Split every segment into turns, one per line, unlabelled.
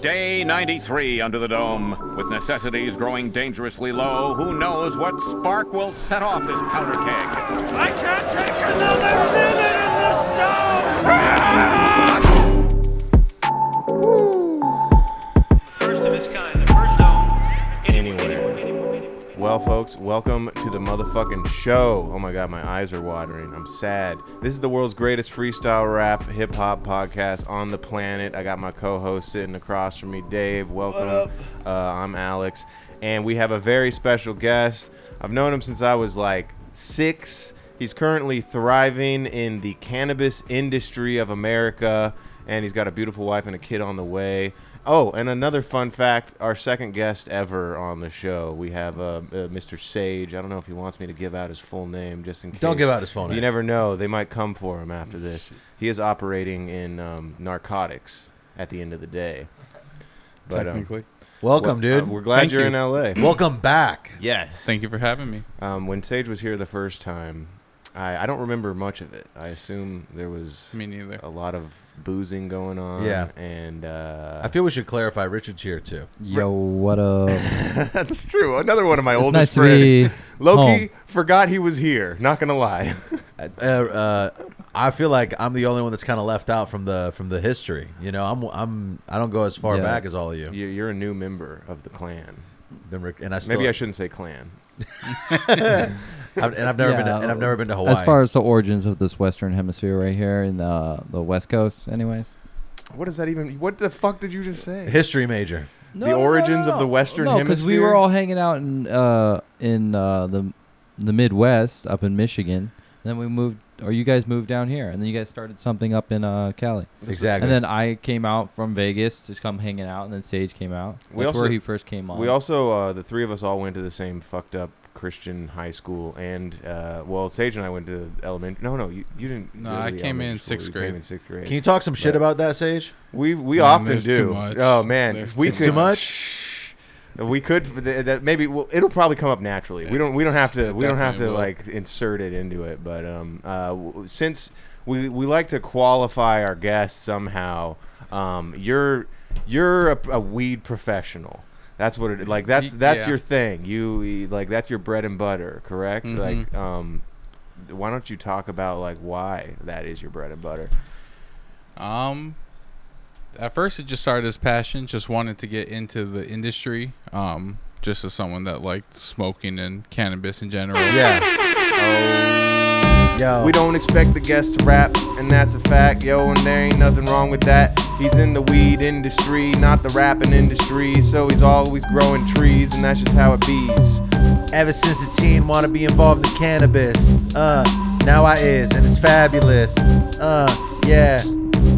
Day 93 under the dome. With necessities growing dangerously low, who knows what spark will set off this powder keg?
I can't take another minute in this town!
First of its kind, the first dome.
Anywhere. Well, folks, welcome to the motherfucking show. Oh my god, my eyes are watering. I'm sad. This is the world's greatest freestyle rap hip hop podcast on the planet. I got my co host sitting across from me, Dave. Welcome. Uh, I'm Alex. And we have a very special guest. I've known him since I was like six. He's currently thriving in the cannabis industry of America, and he's got a beautiful wife and a kid on the way. Oh, and another fun fact: our second guest ever on the show, we have uh, uh, Mr. Sage. I don't know if he wants me to give out his full name, just in case.
Don't give out his full
You
name.
never know; they might come for him after this. He is operating in um, narcotics at the end of the day. But, um,
Technically.
uh,
Welcome, dude.
we're glad
Thank
you're
you.
in LA.
Welcome back.
yes,
Thank you for having me.
Um, when Sage was here the first time, I, I don't remember much of it. I assume there was
Me neither.
a lot of boozing going on.
Yeah.
and uh,
I feel we should clarify Richard's here too.
Yo, what up?
that's true. Another one of my
It's
oldest
nice to
friends,
be
Loki,
home.
forgot he was here. Not gonna lie.
Uh, uh, I feel like I'm the only one that's kind of left out from the from the history. You know, I'm I'm I don't go as far
Yeah.
back as all of you.
You- You're a new member of the clan.
Then Rick- And I still,
Maybe I shouldn't say clan.
I've, and I've never been to,
Yeah,
and I've never been to Hawaii.
As far as the origins of this Western Hemisphere right here in the, the West Coast, anyways.
What does that even? What the fuck did you just say?
history major,
the origins of the Western
no,
Hemisphere.
because we were all hanging out in uh, in uh, the the Midwest up in Michigan, and then we moved, or you guys moved down here, and then you guys started something up in uh, Cali,
exactly.
and then I came out from Vegas to come hanging out, and then Sage came out. That's
We also-
where he first came on.
We also, uh, the three of us all went to the same fucked up Christian high school, and uh, well, Sage and I went to elementary. No, no, you, you didn't.
No,
go to
I
the
came in
elementary
sixth
You
grade.
Came in sixth grade.
Can you talk some shit
But-
about that, Sage?
we we
Man,
often
there's
do.
too much.
Oh man,
There's
we
too
could,
Too much?
Shh. We could th- that maybe well, it'll probably come up naturally. we don't we don't have to
It
we don't have to
definitely
like
will.
insert it into it. But um uh w- since we we like to qualify our guests somehow, um you're you're a, a weed professional. That's what it like. That's
Y-
that's
yeah.
your thing. You you- like that's your bread and butter, correct?
Mm-hmm.
Like um. Why don't you talk about like why that is your bread and butter?
Um, at first it just started as passion. Just wanted to get into the industry. Um, just as someone that liked smoking and cannabis in general.
Yeah. Yo.
We don't expect the guest to rap, and that's a fact, yo, and there ain't nothing wrong with that. He's in the weed industry, not the rapping industry, so he's always growing trees, and that's just how it bees.
Ever since a teen, wanna be involved in cannabis. Uh, now I is, and it's fabulous. Uh, yeah,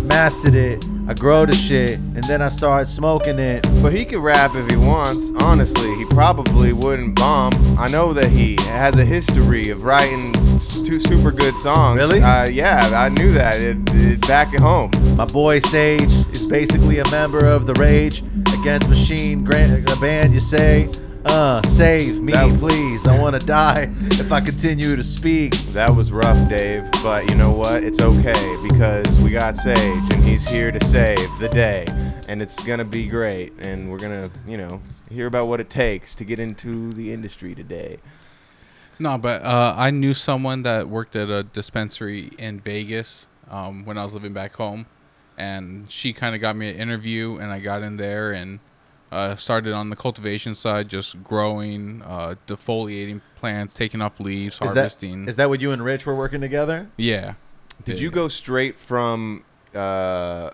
mastered it. I grow the shit, and then I start smoking it.
But he could rap if he wants. Honestly, he probably wouldn't bomb. I know that he has a history of writing s- two super good songs.
Really?
Uh, yeah, I knew that it, it, back at home.
My boy Sage is basically a member of the Rage Against Machine Grant, a band. You say, uh, save me,
That-
please. I wanna die if I continue to speak.
That was rough, Dave, but you know what? It's okay because we got Sage and he's here to save the day. And it's going to be great. And we're going to, you know, hear about what it takes to get into the industry today.
No, but uh, I knew someone that worked at a dispensary in Vegas um, when I was living back home, and she kind of got me an interview, and I got in there and uh, started on the cultivation side, just growing, uh, defoliating plants, taking off leaves,
Is that,
harvesting.
is that what you and Rich were working together?
yeah.
Did
Yeah.
you go straight from uh,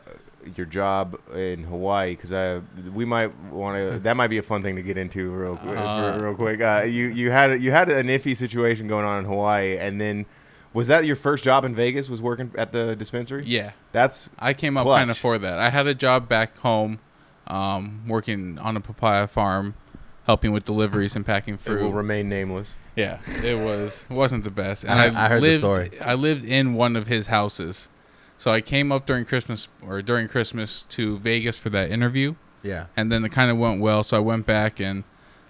your job in Hawaii? Because I we might want to. That might be a fun thing to get into real qu-
Uh.
for, real quick. Uh, you you had you had an iffy situation going on in Hawaii, and then was that your first job in Vegas? Was working at the dispensary?
Yeah.
That's
I came up
Clutch.
kind of for that. I had a job back home, um, working on a papaya farm, helping with deliveries and packing
it will
fruit.
remain nameless.
yeah, it was wasn't the best. And
I-
I,
I heard the
lived,
story.
I lived in one of his houses, so I came up during Christmas or during Christmas to Vegas for that interview,
Yeah.
and then it kind of went well. So I went back and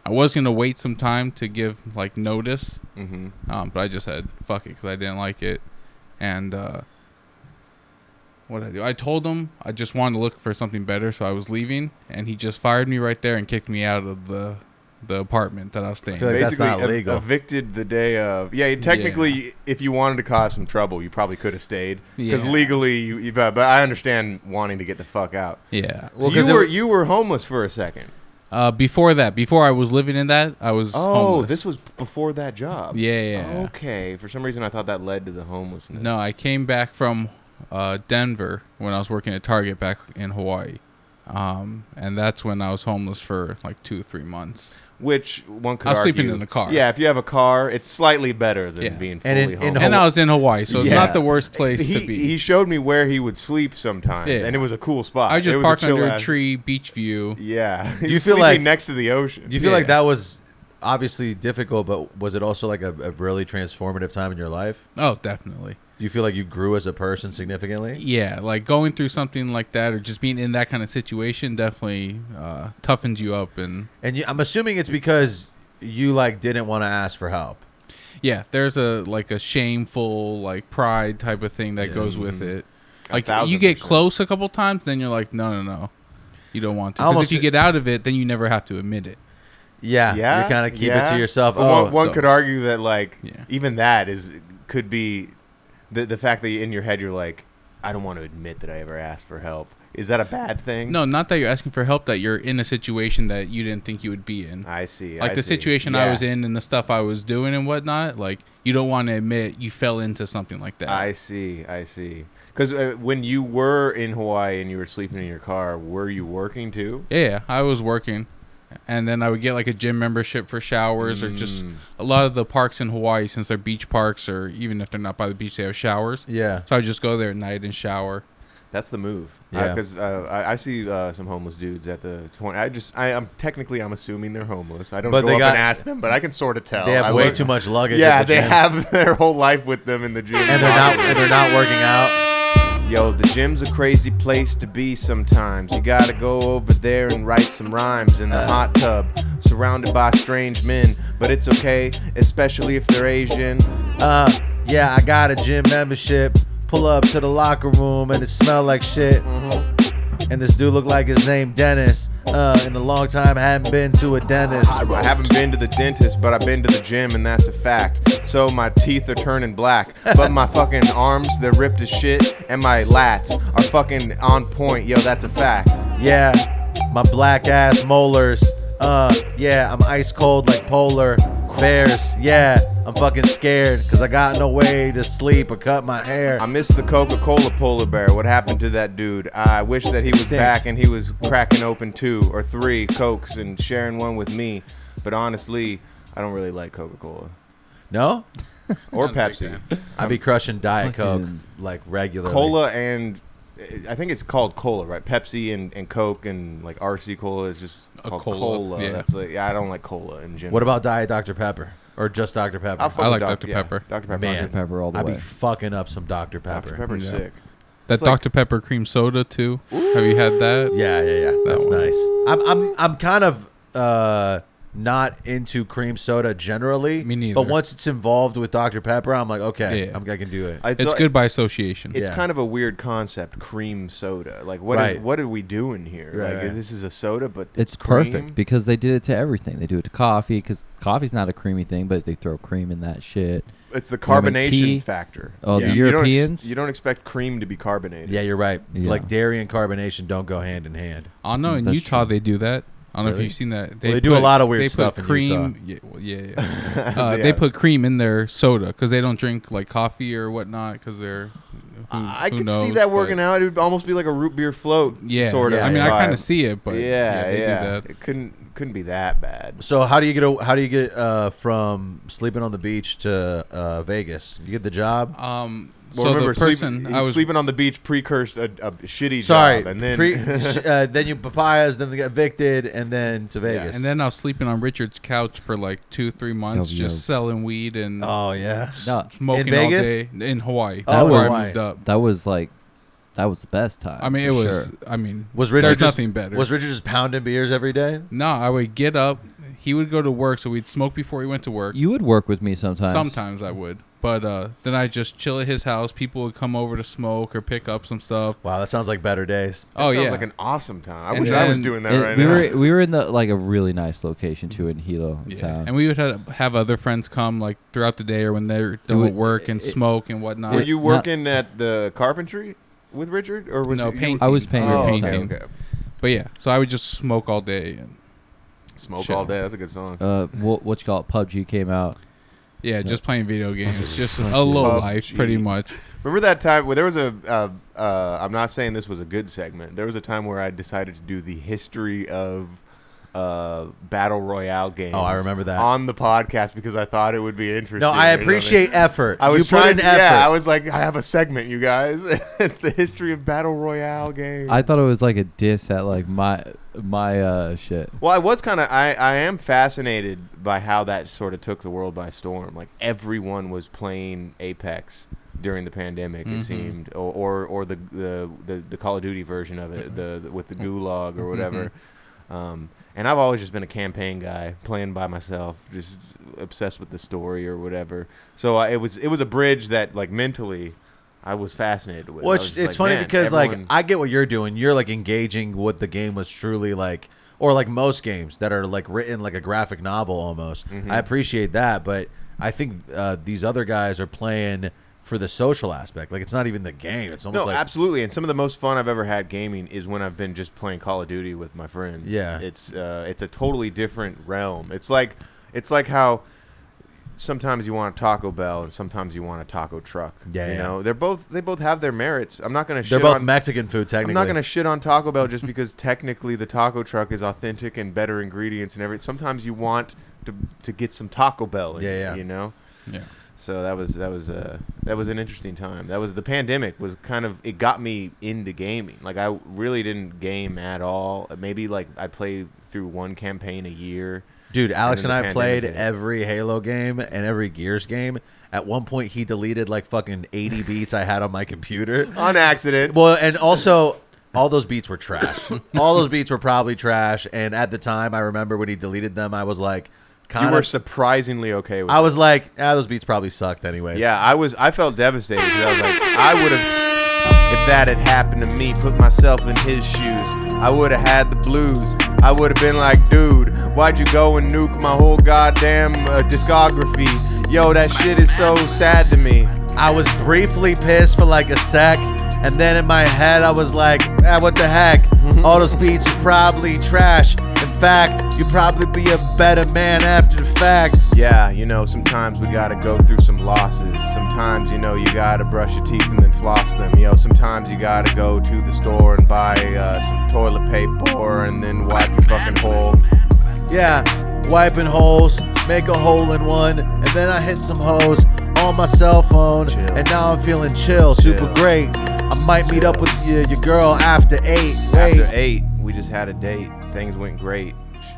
I was gonna wait some time to give like notice,
Mm-hmm.
um, but I just said fuck it because I didn't like it, and uh, what I do? I told him I just wanted to look for something better, so I was leaving, and he just fired me right there and kicked me out of the the apartment that I was staying.
feel like-
in.
that's
Basically,
not
ev-
legal.
evicted the day of. Yeah, technically, if you wanted to cause some trouble, you probably could have stayed because
Yeah.
legally, you, you. But but I understand wanting to get the fuck out.
yeah.
So
Well, 'cause
you
it-
were you were homeless for a second.
Uh, before that, before I was living in that, I was
Oh,
homeless.
this was before that job.
Yeah, yeah, yeah.
Okay. For some reason, I thought that led to the homelessness.
No, I came back from uh, Denver when I was working at Target back in Hawaii. Um, and that's when I was homeless for like two, three months.
Which one could
I was sleeping
argue-
in the car.
Yeah, if you have a car, it's slightly better than
Yeah.
being fully
And in- in
homeless.
And I was in Hawaii, so it's
Yeah.
not the worst place
he,
to be.
he showed me where he would sleep sometimes,
Yeah.
and it was a cool spot.
I
It
just
was
parked
chill
under a
ass-
tree, beach view.
Yeah, do
you feel like-
next to the ocean?
Do you feel like
Yeah.
that was obviously difficult, but was it also like a, a really transformative time in your life?
Oh, definitely.
Do you feel like you grew as a person significantly?
Yeah, like going through something like that or just being in that kind of situation definitely uh, toughens you up. And
And you, I'm assuming it's because you like didn't want to ask for help.
yeah, there's a like a shameful, like pride type of thing that goes with it. Like
Mm-hmm. thousand
you get
percent.
close a couple times, then you're like, no, no, no, you don't want to.
I
Because if
almost-
you get out of it, then you never have to admit it.
Mm-hmm.
Yeah,
yeah,
you kind of keep it
yeah.
to yourself.
But
Oh,
one one
so-
could argue that like
Yeah.
even that is could be the the fact that in your head you're like, I don't want to admit that I ever asked for help. Is that a bad thing?
No, not that you're asking for help. That you're in a situation that you didn't think you would be in.
I see.
like
I
the
see.
situation I
Ah, Yeah.
was in and the stuff I was doing and whatnot. Like you don't want to admit you fell into something like that.
I see. I see. Because uh, when you were in Hawaii and you were sleeping in your car, were you working too?
Yeah, I was working, and then I would get like a gym membership for showers or just
Mm.
a lot of the parks in Hawaii since they're beach parks or even if they're not by the beach they have showers.
Yeah.
So I would just go there at night and shower.
That's the move.
Yeah.
Because uh, I, I see uh, some homeless dudes at the twenty. I just, I, I'm technically, I'm assuming they're homeless. I don't
But
go
they
up
got-
and ask them, but I can sort of tell.
They have
I
way
look-
too much luggage.
Yeah,
at the
they
gym.
have their whole life with them in the gym.
and they're not and they're not working out.
Yo, the gym's a crazy place to be sometimes. You gotta go over there and write some rhymes in the
Uh.
hot tub, surrounded by strange men. But it's okay, especially if they're Asian.
Uh, yeah, I got a gym membership. Pull up to the locker room and it smelled like shit. And this dude looked like his name Dennis. Uh, in a long time, hadn't been to a dentist.
I haven't been to the dentist, but I've been to the gym, and that's a fact. So my teeth are turning black, but my fucking arms, they're ripped as shit, and my lats are fucking on point. Yo, that's a fact.
Yeah, my black ass molars. Uh, yeah, I'm ice cold like polar bears. Yeah, I'm fucking scared because I got no way to sleep or cut my hair.
I miss the Coca Cola polar bear. What happened to that dude? I wish that he was
Stinks.
back and he was cracking open two or three Cokes and sharing one with me. But honestly, I don't really like Coca Cola
no,
or
Not a big
Pepsi.
I be crushing Diet Coke
Fucking-
like regularly.
Cola and I think it's called cola, right? Pepsi and, and Coke and like RC cola is just
A
called cola.
cola, yeah.
That's like, yeah, I don't like cola in general.
What about Diet Dr Pepper or just Dr Pepper?
fuck
I
with
like Dr. Pepper.
Dr. Pepper.
Man,
Dr. Pepper all the
I be
way.
fucking up some Dr Pepper.
Dr. Pepper's
Yeah.
sick.
That
It's like-
Dr Pepper cream soda too. Have you had that?
Yeah, yeah, yeah. That's
one.
nice. I'm, I'm, I'm kind of uh, not into cream soda generally.
Me neither.
But once it's involved with Dr Pepper, I'm like, okay,
Yeah.
I'm, I can do it.
I-
It's
like-
good by association.
It's
Yeah.
kind of a weird concept, cream soda. Like, what is-
Right.
what are we doing here?
Right,
like,
right.
this is a soda, but
It's
cream?
perfect because they did it to everything. They do it to coffee because coffee's not a creamy thing, but they throw cream in that shit.
It's the
Lemon
carbonation
tea.
factor.
Oh, the
don't ex-
Europeans?
you don't expect cream to be carbonated.
yeah, you're right.
Yeah.
Like dairy and carbonation don't go hand in hand.
I know in
That's
Utah
true.
they do that. I don't know if
Really?
you've seen that.
Well, they do a lot of weird stuff in
cream. Yeah, well, yeah, yeah. Uh,
Yeah.
They put cream in their soda because they don't drink like coffee or whatnot because they're. Who,
I
who
could
knows,
see that working
but-
out. It would almost be like a root beer float.
Yeah,
sort of.
I mean, I kind
vibe.
of see it, but
yeah, yeah.
they do that.
It couldn't couldn't be that bad.
So how do you get a, how do you get uh, from sleeping on the beach to uh, Vegas? You get the job.
Um,
Well,
so
remember,
the person
sleep,
I was
sleeping on the beach precursed a, a shitty
Sorry,
job, and then
pre, uh, then you papayas, then they get evicted, and then to Vegas.
and then I was sleeping on Richard's couch for like two, three months,
Yo,
just
yo.
selling weed and
oh yeah,
No,
smoking
In Vegas?
all day in Hawaii.
Oh,
before I
Hawaii.
moved up.
that was like that was the best time.
I mean, it
for
was.
sure.
I mean,
Was Richard
There's
just-
nothing better.
Was Richard just pounding beers every day?
no, I would get up. He would go to work, so we'd smoke before he went to work.
You would work with me sometimes.
Sometimes I would, but uh, then I just chill at his house. People would come over to smoke or pick up some stuff.
Wow, that sounds like better days.
oh
sounds
yeah,
like an awesome time. I
And
wish I was
then
doing that
It-
right
we
now.
were we were in the like a really nice location too in Hilo
yeah.
town.
And we would have, have other friends come like throughout the day or when they're done
would-
with work and
it-
smoke and whatnot.
Were you
not-
working at the carpentry with Richard, or was
no
it you-
painting?
I was painting.
We were
Oh, okay,
painting.
okay.
But yeah, so I would just smoke all day. And,
Smoke
Shit.
all day. That's a good song.
uh, what what you call it? PUBG came out.
yeah, just playing video games, just a low life,
PUBG.
pretty much.
Remember that time where there was a. Uh, uh, I'm not saying this was a good segment. There was a time where I decided to do the history of uh, battle royale games.
Oh, I remember that.
on the podcast because I thought it would be interesting.
No, I
you know what mean?
appreciate effort.
I was
you
trying.
put in
to,
effort.
Yeah, I was like, I have a segment, you guys. it's the history of battle royale games.
I thought it was like a diss at like my my uh shit.
Well, I was kind of I, I am fascinated by how that sort of took the world by storm. Like everyone was playing Apex during the pandemic,
Mm-hmm.
it seemed, or or, or the, the the the Call of Duty version of it, the, the- with the
Mm-hmm.
Gulag or whatever. Um, and I've always just been a campaign guy, playing by myself, just obsessed with the story or whatever. So I, it was it was a bridge that like mentally. I was fascinated with. I
Well,
was
it's,
just
it's
like,
funny
"Man,
because
everyone-
like I get what you're doing. You're like engaging what the game was truly like, or like most games that are like written like a graphic novel almost.
Mm-hmm.
I appreciate that, but I think uh, these other guys are playing for the social aspect. Like it's not even the game. It's almost
No,
like
absolutely. And some of the most fun I've ever had gaming is when I've been just playing Call of Duty with my friends.
Yeah.
it's uh, it's a totally different realm. It's like it's like how sometimes you want a Taco Bell and sometimes you want a taco truck.
Yeah,
you
yeah.
know they're both they both have their merits. I'm not gonna
they're
shit
both
on,
Mexican food
I'm
technically.
not gonna shit on Taco Bell just because technically the taco truck is authentic and better ingredients and everything. Sometimes you want to to get some Taco Bell. in
Yeah,
you,
yeah.
you know.
Yeah.
So that was that was a that was an interesting time. That was the pandemic was kind of it got me into gaming. Like I really didn't game at all. Maybe like I play through one campaign a year.
Dude, Alex
And
and
then
I
the
played
pandemic hit.
every Halo game and every Gears game. At one point, he deleted like fucking 80 beats I had on my computer.
On accident.
Well, and also all those beats were trash. all those beats were probably trash. And at the time, I remember when he deleted them, I was like,
you
kind
were
of.
surprisingly okay with
I
it.
was like, ah, those beats probably sucked anyway.
Yeah, I was I felt devastated 'cause I was like I would have if that had happened to me, put myself in his shoes. I would have had the blues. I would have been like, dude, why'd you go and nuke my whole goddamn uh, discography? Yo, that shit is so sad to me.
I was briefly pissed for like a sec, and then in my head I was like, ah, what the heck? All those beats are probably trash. In fact, you'd probably be a better man after the fact.
Yeah, you know, sometimes we gotta go through some losses. Sometimes, you know, you gotta brush your teeth and then floss them. You know, sometimes you gotta go to the store and buy uh, some toilet paper and then wipe your fucking hole.
Yeah, wiping holes, make a hole in one, and then I hit some hoes on my cell phone,
Chill.
and now I'm feeling chill, super
Chill.
great. I might meet up with your, your girl after eight. Wait,
After eight, we just had a date. Things went great.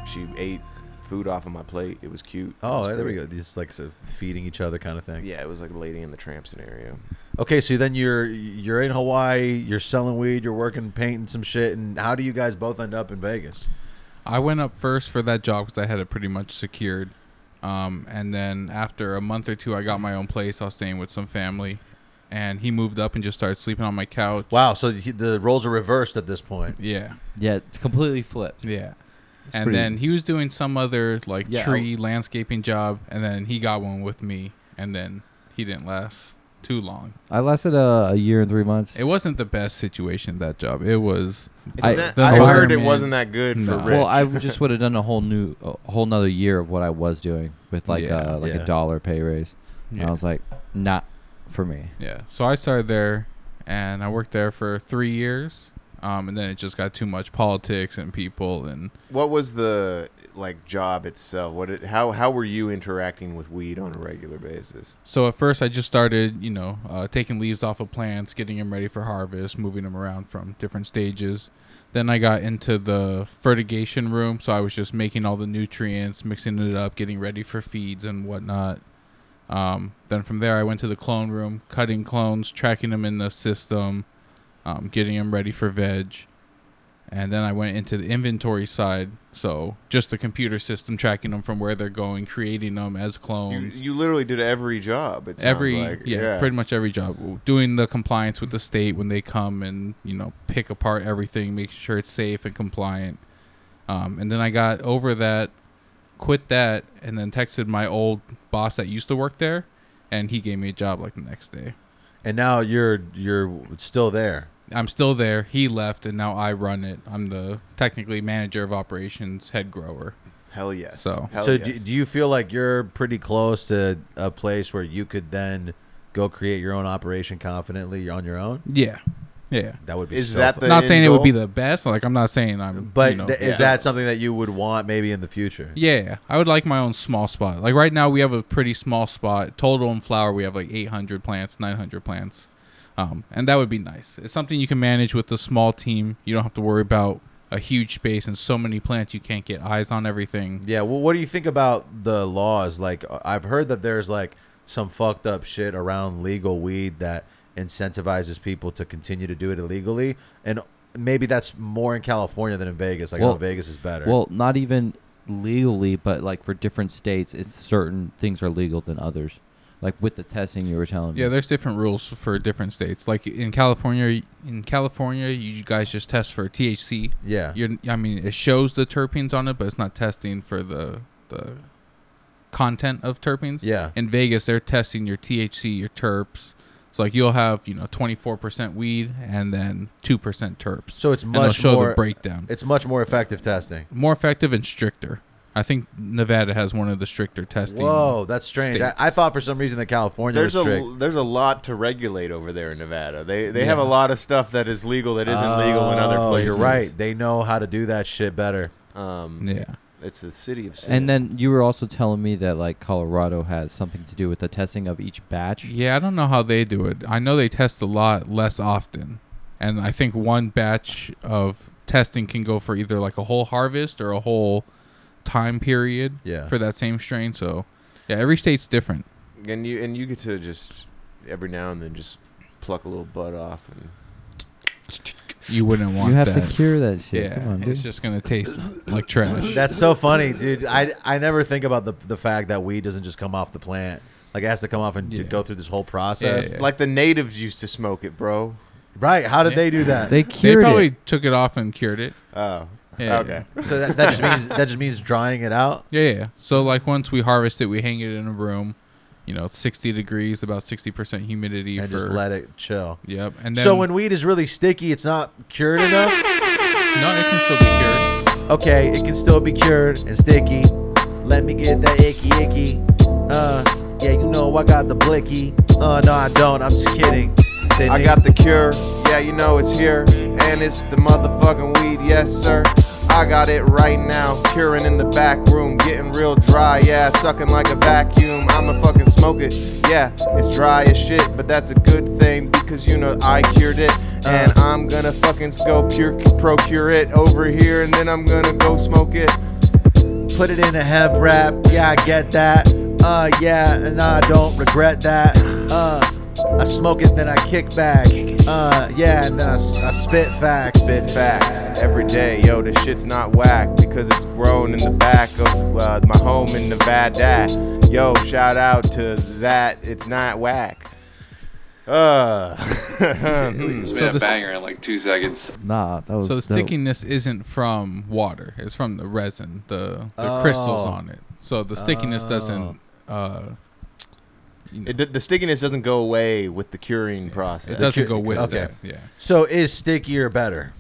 Sh- She ate food off of my plate. It was cute. It
oh,
was
there we go.
great.
Just like so feeding each other kind of thing.
Yeah, it was like a Lady in the Tramp scenario.
Okay, so then you're you're in Hawaii, you're selling weed, you're working painting some shit, and how do you guys both end up in Vegas?
I went up first for that job because I had it pretty much secured. Um, and then after a month or two, I got my own place. I was staying with some family, and he moved up and just started sleeping on my couch.
Wow, so he, the roles are reversed at this point.
Yeah,
Yeah, it's completely flipped.
yeah. and
pretty-
then he was doing some other like
Yeah, oh. I-
tree landscaping job, and then he got one with me, and then he didn't last too long.
I lasted uh, a year and three months.
It wasn't the best situation that job. It was.
I-
It's not-
the
I, heard it
environment-
wasn't that good
No.
for Rich.
well, I just would have done a whole new, a whole nother year of what I was doing with like
Yeah.
uh, like
Yeah.
a dollar pay raise. And
Yeah.
I was like, not for me.
Yeah. So I started there, and I worked there for three years. Um, and then it just got too much politics and people, and
what was the like job itself? What it, how how were you interacting with weed on a regular basis?
so at first I just started, you know, uh, taking leaves off of plants, getting them ready for harvest, moving them around from different stages. Then I got into the fertigation room, so I was just making all the nutrients, mixing it up, getting ready for feeds and whatnot. Um, then from there, I went to the clone room, cutting clones, tracking them in the system, um, getting them ready for veg, and then I went into the inventory side. So just the computer system tracking them from where they're going, creating them as
You,
clones.
you literally did every job. It sounds
every
like.
yeah, pretty much every job doing the compliance with the state when they come and you know pick apart everything making sure it's safe and compliant um, and then i got over that quit that and then texted my old boss that used to work there and he gave me a job like the next day
And now you're you're still there.
i'm still there he left and now i run it i'm the technically manager of operations head grower
Hell yes.
So-
Hell
so
yes.
do, do you feel like you're pretty close to a place where you could then go create your own operation confidently on your own?
yeah yeah
That would be
Is
so
that
fun.
the
not
end
saying it would be
goal?
the best like i'm not saying i'm
But
you know,
th- is that something that you would want maybe in the future?
Yeah, I would like my own small spot. Like right now, we have a pretty small spot. Total in flower, we have like 800 plants, 900 plants, um, and that would be nice. It's something you can manage with a small team. You don't have to worry about a huge space and so many plants you can't get eyes on everything.
Yeah. Well, what do you think about the laws? Like, uh, I've heard that there's like some fucked up shit around legal weed that incentivizes people to continue to do it illegally, and maybe that's more in California than in Vegas. Like, I know
Well-
Vegas is better.
Well, not even legally, but like for different states, it's certain things are legal than others. Like with the testing you were telling me.
Yeah, there's different rules for different states. Like in California, in California, you guys just test for THC.
yeah.
You're, I mean, it shows the terpenes on it, but it's not testing for the the content of terpenes.
Yeah.
in Vegas, they're testing your THC, your terps. So like you'll have you know 24% weed and then 2% terps.
So it's
and
much
they'll show
more-
the breakdown.
It's much more effective testing.
more effective and stricter. I think Nevada has one of the stricter testing.
Whoa, that's strange. I,
states.
I thought for some reason that California
There's
was
a
strict.
there's a lot to regulate over there in Nevada. They they have a lot of stuff that is legal that isn't legal in other
Oh,
places.
you're right. They know how to do that shit better.
Um,
Yeah.
it's the city of sin.
And then you were also telling me that like Colorado has something to do with the testing of each batch.
Yeah, I don't know how they do it. I know they test a lot less often. And I think one batch of testing can go for either like a whole harvest or a whole time period
Yeah.
for that same strain. So, yeah, every state's different.
and you and you get to just every now and then just pluck a little bud off and
You wouldn't want
You have
that.
to cure that shit.
Yeah,
Come on, dude.
it's just gonna taste like trash.
That's so funny, dude. I, I never think about the the fact that weed doesn't just come off the plant. Like it has to come off and to
Yeah.
go through this whole process.
Yeah.
like the natives used to smoke it, bro.
Right? How did
Yeah.
they do that?
they
they
cured
probably
it.
took it off and cured it.
Oh,
Yeah.
okay.
so that, that just means that just means drying it out.
Yeah, yeah. So like once we harvest it, we hang it in a room, you know, sixty degrees, about sixty percent humidity
And
for.
just let it chill.
yep. And then
So when weed is really sticky, it's not cured enough.
no, it can still be cured.
Okay, it can still be cured and sticky. Let me get that icky icky. Uh, yeah, you know I got the blicky. Uh, no, I don't. I'm just kidding. Sydney.
I got the cure. Yeah, you know it's here. And it's the motherfucking weed, yes, sir. I got it right now. Curing in the back room. Getting real dry, yeah. Sucking like a vacuum. I'ma fucking smoke it. Yeah, it's dry as shit. But that's a good thing because you know I cured it. And I'm gonna fucking go pure, procure it over here. And then I'm gonna go smoke it.
Put it in a hemp wrap. Yeah, I get that. Uh, yeah, and I don't regret that. Uh, I smoke it, then I kick back. Uh, yeah, and then I, s- I spit facts.
spit facts every day. Yo, this shit's not whack because it's grown in the back of uh, my home in Nevada. Yo, shout out to that. It's not whack. Uh,
It's
So
been
the
a
s-
banger in like two seconds.
Nah, that was
So the
dope.
stickiness isn't from water; it's from the resin, the the crystals
Oh.
on it. So the stickiness doesn't. Uh, you know,
it, d- the stickiness doesn't go away with the curing process.
it doesn't
should-
go with
okay.
that. Yeah,
So is stickier better?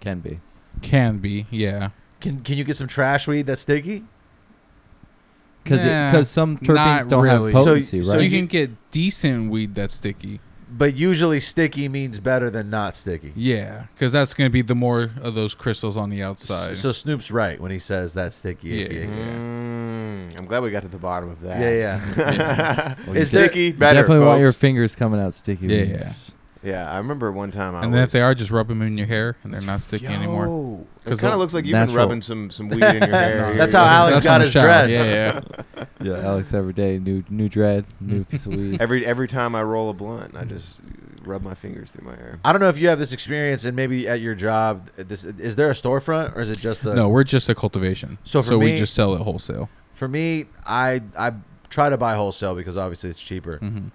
can be.
can be. Yeah.
Can Can you get some trash weed that's sticky?
Because
Nah,
because some terpenes
not
don't
really. So-
have potency,
so
right?
you can get decent weed that's sticky.
But usually sticky means better than not sticky.
Yeah, because that's gonna be the more of those crystals on the
S-
outside.
So Snoop's right when he says that's sticky.
Yeah.
icky, icky.
Mm, I'm glad we got to the bottom of that.
Yeah, yeah.
Well, you
Is
de-
there-
Sticky,
you
better.
definitely want your
folks.
fingers coming out sticky.
Yeah,
when you-
yeah.
yeah, I remember one time I
and
was.
then if they are, just rub them in your hair, and they're not sticky anymore.
Yo, It
'Cause
kind
they'll-
of looks like you've been
Natural.
rubbing some, some weed in your hair.
That's how Alex
That's
got
from the
his
shower.
dreads.
Yeah, yeah.
Yeah, Alex every day, new new dread, new sweet.
Every every time I roll a blunt, I just rub my fingers through my hair.
I don't know if you have this experience, and maybe at your job, this is there a storefront or is it just the?
no, we're just a cultivation.
So
So,
for
we
me-
just sell it wholesale.
For me, I I try to buy wholesale because obviously it's cheaper.
Mm-hmm.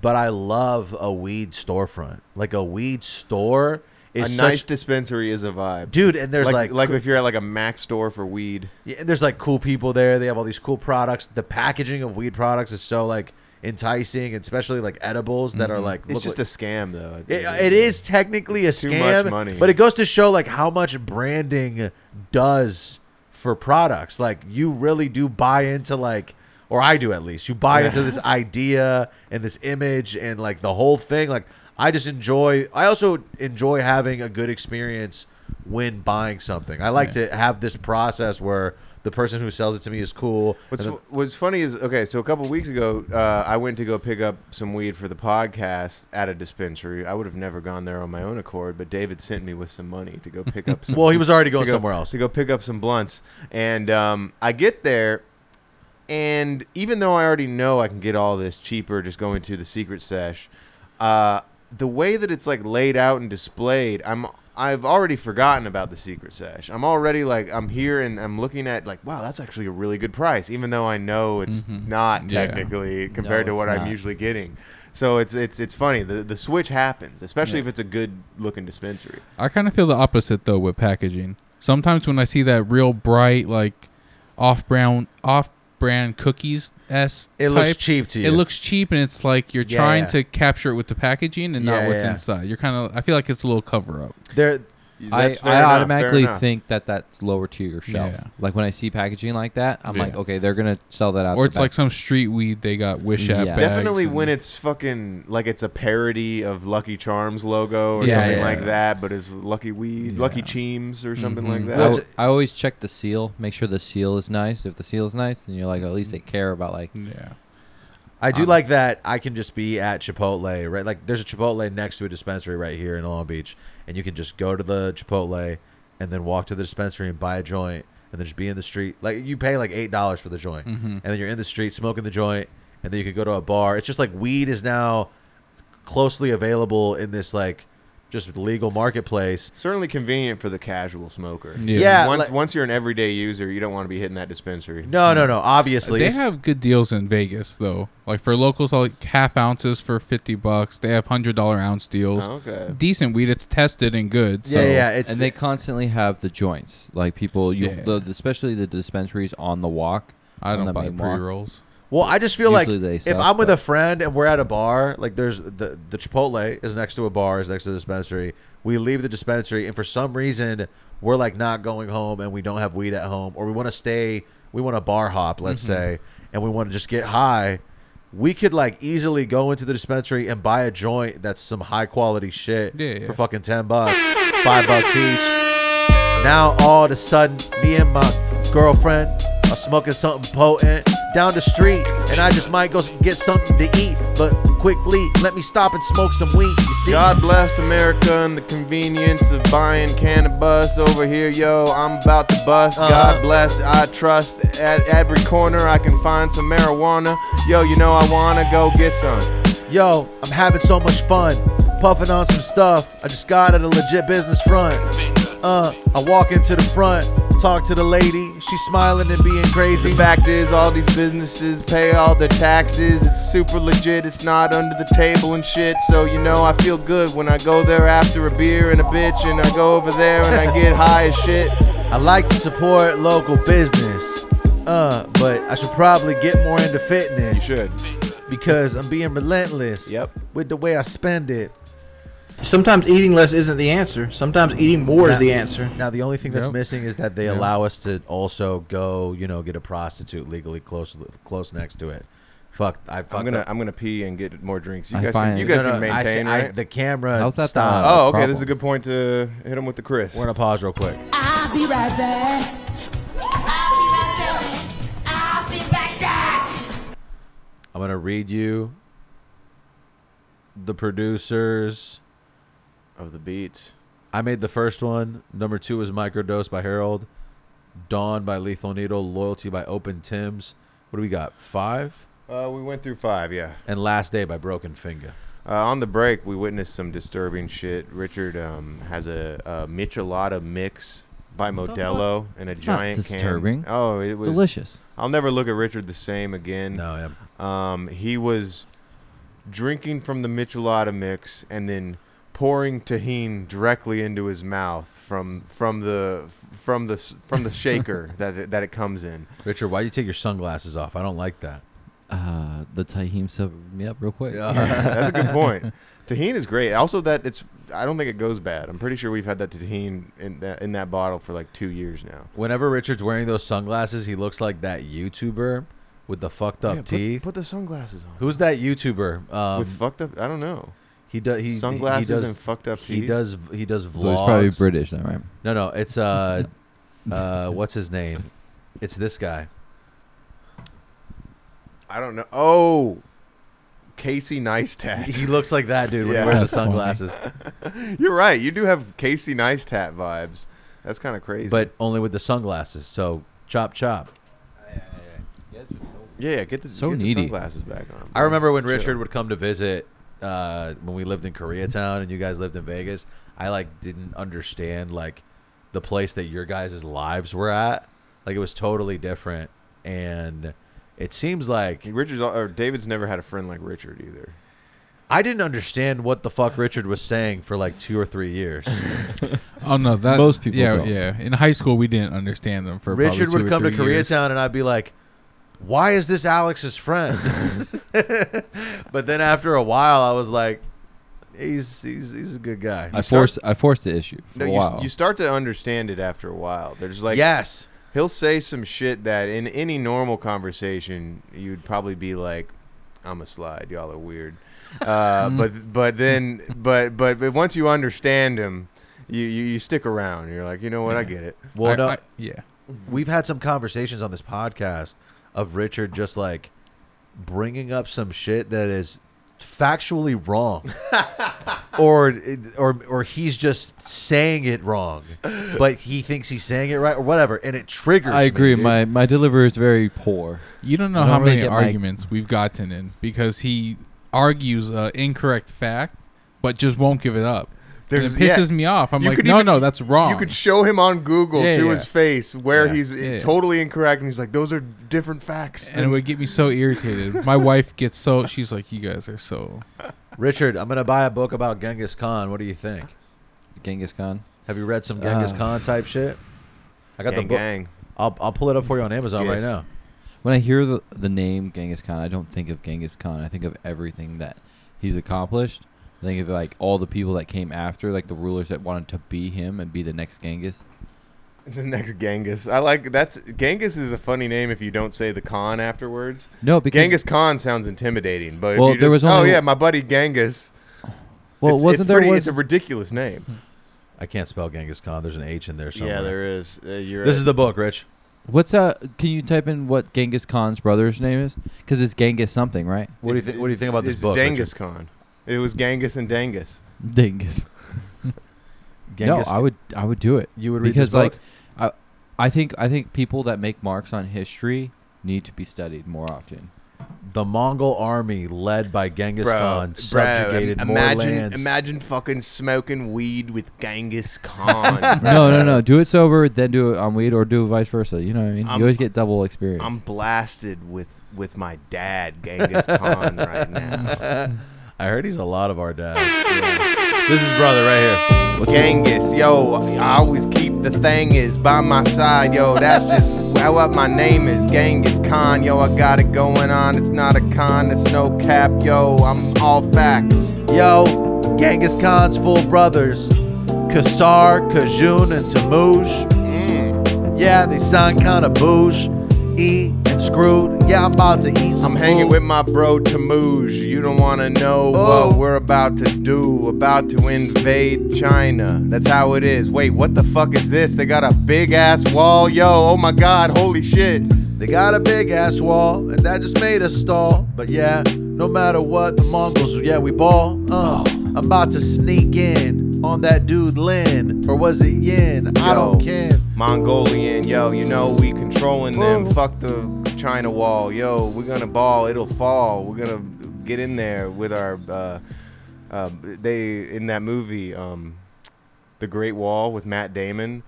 But I love a weed storefront, like a weed store
A
is
nice
such
dispensary is a vibe.
dude, and there's
like
like
like, if you're at like a Mac store for weed.
Yeah, there's like cool people there. They have all these cool products. The packaging of weed products is so like enticing, and especially like edibles that are like.
Mm-hmm. It's
look
just
like-
a scam though.
It, it is technically
It's
a
too much
scam,
money.
but it goes to show like how much branding does for products. Like you really do buy into like, or I do at least. You buy into this idea and this image and like the whole thing. Like I just enjoy. I also enjoy having a good experience when buying something. I like to have this process where the person who sells it to me is cool.
What's
and then-
What's funny is okay. So a couple weeks ago, uh, I went to go pick up some weed for the podcast at a dispensary. I would have never gone there on my own accord, but David sent me with some money to go pick up. some
well, he was already going
to go-
somewhere else.
to go pick up some blunts. And um, I get there, and even though I already know I can get all this cheaper just going to the secret sesh, uh, the way that it's like laid out and displayed, I'm I've already forgotten about the secret sesh. I'm already like I'm here and I'm looking at like wow, that's actually a really good price, even though I know it's not
Yeah.
technically compared
Mm-hmm. No,
to what
it's
I'm
not.
usually getting. So it's it's it's funny the the switch happens, especially if it's a good looking dispensary.
I kind of feel the opposite though with packaging. Sometimes when I see that real bright, like off-brand, off-brand cookies s
It looks
type,
cheap to you.
It looks cheap, and it's like you're
Yeah,
trying
yeah.
to capture it with the packaging and
Yeah,
not what's
yeah.
inside. You're kind of. I feel like it's a little cover-up.
there.
I,
That's fair
I
enough, fair
automatically
enough.
think that that's lower tier shelf.
Yeah.
Like when I see packaging like that, I'm like,
Yeah.
okay, they're gonna sell that out.
Or
the
it's like
back.
some street weed they got wish at
Yeah.
bags
Definitely
and-
when it's fucking like it's a parody of Lucky Charms logo or
Yeah,
something
yeah.
like that, but it's Lucky Weed,
Yeah. Mm-hmm.
Lucky Cheems or something like
I
that.
Well,
al- I always check the seal, make sure the seal is nice. If the seal is nice, then you're like, at
Mm.
least they care about like.
Yeah.
I do like that I can just be at Chipotle, right? Like there's a Chipotle next to a dispensary right here in Long Beach, and you can just go to the Chipotle and then walk to the dispensary and buy a joint and then just be in the street. Like you pay like eight dollars for the joint. And then you're in the street smoking the joint and then you can go to a bar. It's just like weed is now closely available in this like just legal marketplace.
Certainly convenient for the casual smoker.
Yeah.
Yeah,
once
like-
once you're an everyday user, you don't want to be hitting that dispensary.
No, no, no. Obviously.
They
It's-
have good deals in Vegas though. Like for locals, like half ounces for fifty bucks. They have hundred dollar ounce deals.
Oh, okay.
Decent weed. It's tested and good. So
yeah, yeah. It's
and they constantly have the joints, like people, you,
Yeah.
the, especially the dispensaries on the walk.
I
on
don't
the
buy
main walk.
pre rolls.
Well, I just feel like
Usually they
if
suck,
I'm with
but-
a friend and we're at a bar, like there's the the Chipotle is next to a bar, is next to the dispensary. We leave the dispensary, and for some reason, we're like not going home, and we don't have weed at home, or we want to stay, we want to bar hop, let's
Mm-hmm.
say, and we want to just get high. We could like easily go into the dispensary and buy a joint that's some high quality shit
Yeah, yeah.
for fucking ten bucks, five bucks each. Now all of a sudden, me and my girlfriend are smoking something potent down the street, and I just might go s- get something to eat. But quickly, let me stop and smoke some weed. You see?
God bless America and the convenience of buying cannabis over here, yo. I'm about to bust.
Uh-huh.
God bless. I trust at every corner I can find some marijuana. Yo, you know I wanna go get some.
Yo, I'm having so much fun, puffing on some stuff. I just got at a legit business front. Uh, I walk into the front, talk to the lady. She's smiling and being
The
crazy.
fact is, all these businesses pay all their taxes. It's super legit. It's not under the table and shit. So you know, I feel good when I go there after a beer and a bitch, and I go over there and I get high as shit.
I like to support local business. Uh, but I should probably get more into fitness.
Should.
because I'm being relentless.
Yep.
With the way I spend it.
Sometimes eating less isn't the answer. Sometimes eating more is the answer.
Now the only thing that's
Yep.
missing is that they allow us to also go, you know, get a prostitute legally close close next to it. Fuck, I fucked
I'm gonna
up.
I'm gonna pee and get more drinks. You
I
guys can
find-
you
No,
guys
No,
can
no, I
maintain
thi- I-
right.
the camera
How's that the-
stopped.
Oh, okay.
problem.
This is a good point to hit him with the Chris.
We're gonna pause real quick.
I'll be right back. I'll be right back. I'll be right back.
I'm gonna read you the producers.
Of the beats.
I made the first one. Number two is Microdose by Harold. Dawn by Lethal Needle. Loyalty by Open Tims. What do we got? Five?
Uh, we went through five, yeah.
And Last Day by Broken Finger.
Uh, on the break, we witnessed some disturbing shit. Richard um, has a, a Michelada mix by Modelo and a
It's not
giant
disturbing.
can. Oh, it
It's
was
delicious.
I'll never look at Richard the same again.
No,
Um, he was drinking from the Michelada mix and then pouring tahine directly into his mouth from from the from the s- from the shaker that it, that it comes in.
Richard, why do you take your sunglasses off? I don't like that.
Uh, the tahim sobered me up real quick.
That's a good point. Tahine is great. Also, that it's I don't think it goes bad. I'm pretty sure we've had that tahine in that in that bottle for like two years now.
Whenever Richard's wearing those sunglasses, he looks like that YouTuber with the fucked up
Yeah, put-
teeth.
Put, the sunglasses on.
Who's that YouTuber? Um,
with fucked up? I don't know.
he does he
sunglasses
he does,
and fucked up
He
teeth?
does he does vlogs.
so he's probably British then, right?
No, no, it's uh, uh, what's his name? It's this guy.
I don't know. Oh, Casey Neistat.
He looks like that dude when
Yeah.
he wears the
That's funny.
sunglasses,
You're right. You do have Casey Neistat vibes. That's kind of crazy.
but only with the sunglasses. So chop chop.
yeah, yeah, get the,
So
get the
needy.
sunglasses back on.
I remember when
Chill.
Richard would come to visit uh, when we lived in Koreatown and you guys lived in Vegas. I like didn't understand like the place that your guys' lives were at. Like it was totally different, and it seems like
Richard's al- or David's never had a friend like Richard either.
I didn't understand what the fuck Richard was saying for like two or three years.
Oh no, that
Most people
Yeah,
don't.
yeah. In high school, we didn't understand them for. probably
Richard
two
would
or
come to
three years.
Koreatown and I'd be like, why is this Alex's friend? but then after a while, I was like, he's he's, he's a good guy.
I forced I forced the issue for
No,
a
you,
while.
s- you start to understand it after a while. There's like
yes.
he'll say some shit that in any normal conversation you'd probably be like, "I'm a slide, y'all are weird." Uh, but but then but, but but once you understand him, you you, you stick around. You're like, you know what, I get it.
Well,
I-
no,
I- yeah.
we've had some conversations on this podcast of Richard just like bringing up some shit that is factually wrong, or or or he's just saying it wrong, but he thinks he's saying it right or whatever, and it triggers.
I
me,
agree.
dude.
my my delivery is very poor.
You don't know
I don't
how
really
many
get my-
arguments we've gotten in because he argues an incorrect fact, but just won't give it up. And it
There's- yeah.
pisses me off. I'm
You
like,
could
no,
even-
no, that's wrong.
You could show him on Google
Yeah,
to
yeah.
his face where
Yeah.
he's
Yeah.
totally incorrect, and he's like, "Those are different facts."
and it would get me so irritated. My wife gets so she's like, "You guys are so."
Richard, I'm gonna buy a book about Genghis Khan. What do you think?
Genghis Khan.
Have you read some Genghis
Uh,
Khan type shit? I got
gang,
the book.
gang.
I'll I'll pull it up for you on Amazon right
Yes.
now.
When I hear the, the name Genghis Khan, I don't think of Genghis Khan. I think of everything that he's accomplished. I think of like all the people that came after, like the rulers that wanted to be him and be the next Genghis.
The next Genghis. I like that's Genghis is a funny name if you don't say the Khan afterwards.
No, because
Genghis Khan sounds intimidating, but
Well,
if you
there
just,
was only-
oh yeah, my buddy Genghis.
well,
it's,
wasn't
it's
there
pretty-
was
It's a ridiculous name.
I can't spell Genghis Khan. There's an H in there Hmm. somewhere.
Yeah, there is. Uh, you're
This is the book, Rich.
What's uh? Can you type in what Genghis Khan's brother's name is? Because it's Genghis something, right?
What do you thi- what do you think about this
it's
book,
Genghis Khan. It was Genghis and Dangus.
Dingus.
Genghis
no, I would I would do it
You would read
because
this book?
like I I think I think people that make marks on history need to be studied more often.
the Mongol army led by Genghis Khan subjugated more
imagine,
lands.
imagine fucking smoking weed with Genghis Khan. bro.
No, no, no. Do it sober, then do it on weed, or do vice versa. You know what I mean?
I'm-
you always get double experience.
I'm blasted with with my dad, Genghis Khan, right now.
I heard he's a lot of our dad. This is brother right here.
What's his-
Genghis, yo, I always keep the thing is by my side, yo. That's just well, what my name is, Genghis Khan, yo. I got it going on. It's not a con, it's no cap, yo. I'm all facts.
Yo, Genghis Khan's full brothers, Khazar, Kajun, and Tamuj.
Mm.
Yeah, they sound kind of bouge. E and screwed. Yeah, I'm about to eat some
I'm hanging
food.
with my bro Tamuj. You don't wanna know
Oh.
what we're about to do. About to invade China. That's how it is. Wait, what the fuck is this? They got a big ass wall, yo. Oh my god, holy shit.
They got a big ass wall, and that just made us stall. But yeah, no matter what, the Mongols, yeah, we ball. Uh, I'm about to sneak in on that dude Lin, or was it Yin? I don't
Yo.
care.
Mongolian, yo, you know we controlling them. Fuck the China wall, yo. We're gonna ball, it'll fall. We're gonna get in there with our uh, Um, they in that movie, um, The Great Wall with Matt Damon,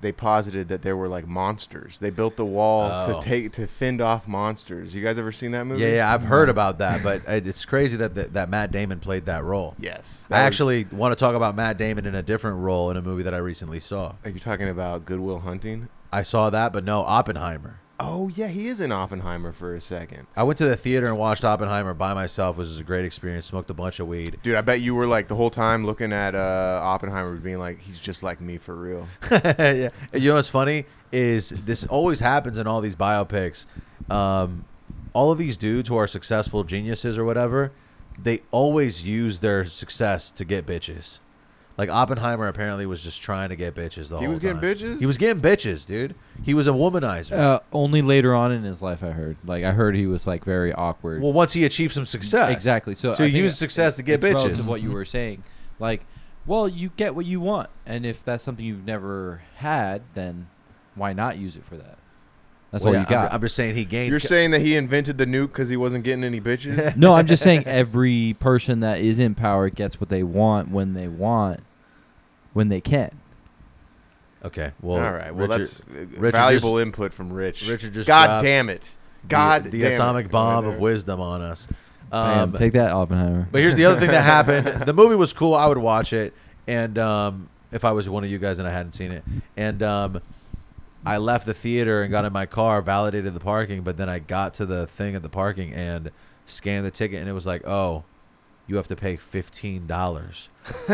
they posited that there were like monsters. They built the wall to
Oh.
take to fend off monsters. You guys ever seen that movie?
Yeah, yeah, I've heard about that, but it- it's crazy that that, that Matt Damon played that role.
Yes.
I
that was-
actually want to talk about Matt Damon in a different role in a movie that I recently saw.
Are you talking about Goodwill Hunting?
I saw that, but no, Oppenheimer.
Oh yeah, he is in Oppenheimer for a second.
I went to the theater and watched Oppenheimer by myself, which was a great experience. Smoked a bunch of weed.
Dude, I bet you were like the whole time looking at uh, Oppenheimer, being like, he's just like me for real.
yeah. And You know what's funny is this always happens in all these biopics. Um, all of these dudes who are successful geniuses or whatever, they always use their success to get bitches. Like Oppenheimer apparently was just trying to get bitches the
He
whole
was getting
time.
bitches?
He was getting bitches, dude. He was a womanizer.
Uh, only later on in his life, I heard. Like I heard he was like very awkward.
well, once he achieved some success,
Exactly. So,
so
I
he
think
used success to get
it's relative
bitches.
To what you were saying, like, well, you get what you want, and if that's something you've never had, then why not use it for that? That's
Well,
all
yeah,
you got.
I'm, I'm just saying he gained.
You're saying that he invented the nuke because he wasn't getting any bitches?
no, I'm just saying every person that is in power gets what they want when they want, when they can.
okay. Well,
All right, well
Richard,
that's uh,
Richard
valuable
just-
input from Rich.
Richard just
God
dropped
damn it! God,
the, the
damn it.
atomic bomb of wisdom on us.
Bam,
Um,
take that, Oppenheimer.
But here's the other thing that happened. The movie was cool. I would watch it, and um, if I was one of you guys and I hadn't seen it, and um, I left the theater and got in my car, validated the parking, but then I got to the thing at the parking and scanned the ticket, and it was like, oh, you have to pay fifteen dollars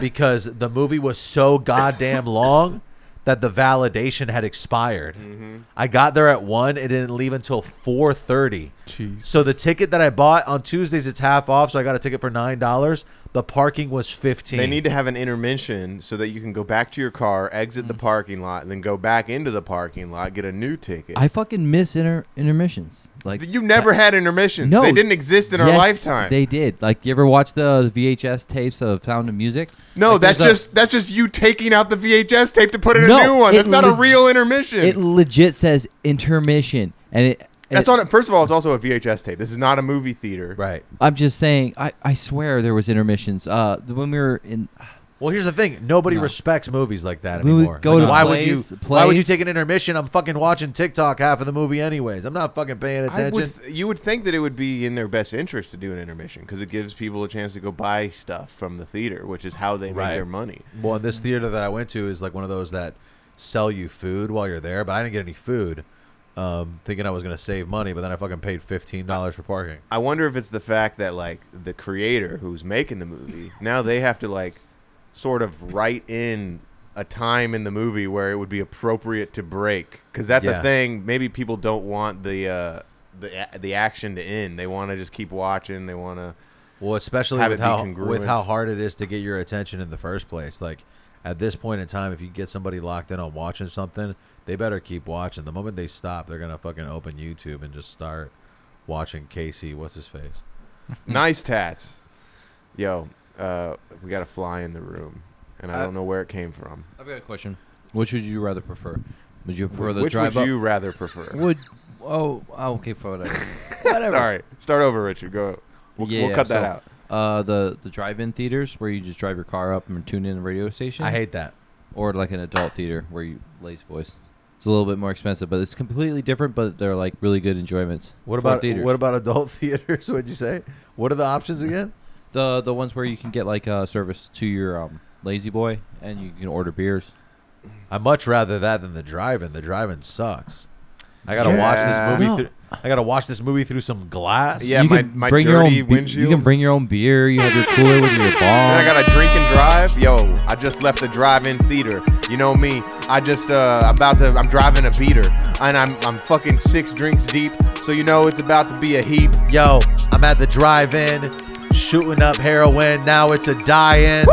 because the movie was so goddamn long that the validation had expired.
Mm-hmm.
I got there at one; it didn't leave until four thirty.
Jeez.
So the ticket that I bought on Tuesdays, it's half off. So I got a ticket for nine dollars. The parking was fifteen.
They need to have an intermission so that you can go back to your car, exit
Mm.
the parking lot, and then go back into the parking lot, get a new ticket.
I fucking miss inter- intermissions. Like
you never had intermissions.
No,
they didn't exist in our
yes,
lifetime.
They did. Like, you ever watch the VHS tapes of Sound of Music?
no,
Like,
that's
there's a-
just that's just you taking out the VHS tape to put in
No,
a new one.
it
That's not a
leg-
real intermission.
It legit says intermission, and it.
That's
it-
on. First of all, it's also a VHS tape. This is not a movie theater.
right.
I'm just saying. I, I swear there was intermissions. Uh, the- when we were in,
Well, here's the thing: nobody
No.
respects movies like that
We would
anymore.
go
Like,
to
why
plays-
would you? Why would you
plays.
take an intermission? I'm fucking watching TikTok half of the movie anyways. I'm not fucking paying
I
attention.
would, you would think that it would be in their best interest to do an intermission because it gives people a chance to go buy stuff from the theater, which is how they make
Right.
their money.
Well, and this theater that I went to is like one of those that sell you food while you're there, but I didn't get any food. Um, thinking I was gonna save money, but then I fucking paid fifteen dollars for parking.
I wonder if it's the fact that like the creator who's making the movie now they have to like sort of write in a time in the movie where it would be appropriate to break because that's
Yeah.
a thing. Maybe people don't want the uh, the a- the action to end. They want to just keep watching. They want to.
Well, especially
Have
with
it be
how with
congruent.
how hard it is to get your attention in the first place. Like at this point in time, if you get somebody locked in on watching something, they better keep watching. The moment they stop, they're gonna fucking open YouTube and just start watching Casey. What's his face?
Mm.
nice tats. Yo, uh, we got a fly in the room, and
Uh,
I don't know where it came from.
I've got a question. Which would you rather prefer? Would you prefer the
Which
drive
would
up?
you rather prefer?
Would oh oh, okay for whatever. whatever.
Sorry, start over, Richard. Go. We'll,
Yeah,
we'll cut that
so,
out.
Uh, the the drive-in theaters where you just drive your car up and tune in the radio station.
I hate that.
or like an adult theater where you lazy boys. It's a little bit more expensive, but it's completely different. But they're like really good enjoyments.
What
for
about
theaters.
what about adult theaters? What'd you say? What are the options again?
the the ones where you can get like uh, service to your um, lazy boy and you can order beers?
I much rather that than the drive-in. The drive-in sucks. I gotta watch
Yeah.
this movie.
No.
Through, I gotta watch this movie through some glass.
Yeah,
you
my-
can
my
bring your
dirty
own be- You
windshield.
can bring your own beer. You have your cooler with your
Then I
bomb.
got a drink and drive. Yo, I just left the drive-in theater. You know me. I just uh about to. I'm driving a beater, and I'm I'm fucking six drinks deep. So you know it's about to be a heap.
Yo, I'm at the drive-in, shooting up heroin. Now it's a die-in.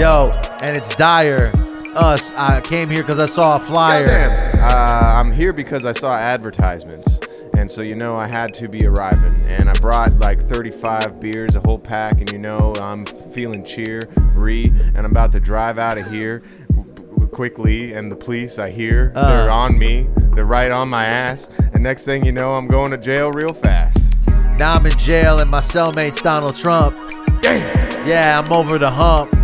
Yo, and it's dire. Us, I came here because I saw a flyer.
Goddamn. Uh, I'm here because I saw advertisements, and so you know I had to be arriving. And I brought like 35 beers, a whole pack, and you know I'm feeling cheer, re, and I'm about to drive out of here w- w- quickly. And the police, I hear, they're on me, they're right on my ass. And next thing you know, I'm going to jail real fast.
Now I'm in jail and my cellmate's Donald Trump.
Damn.
Yeah, I'm over the hump.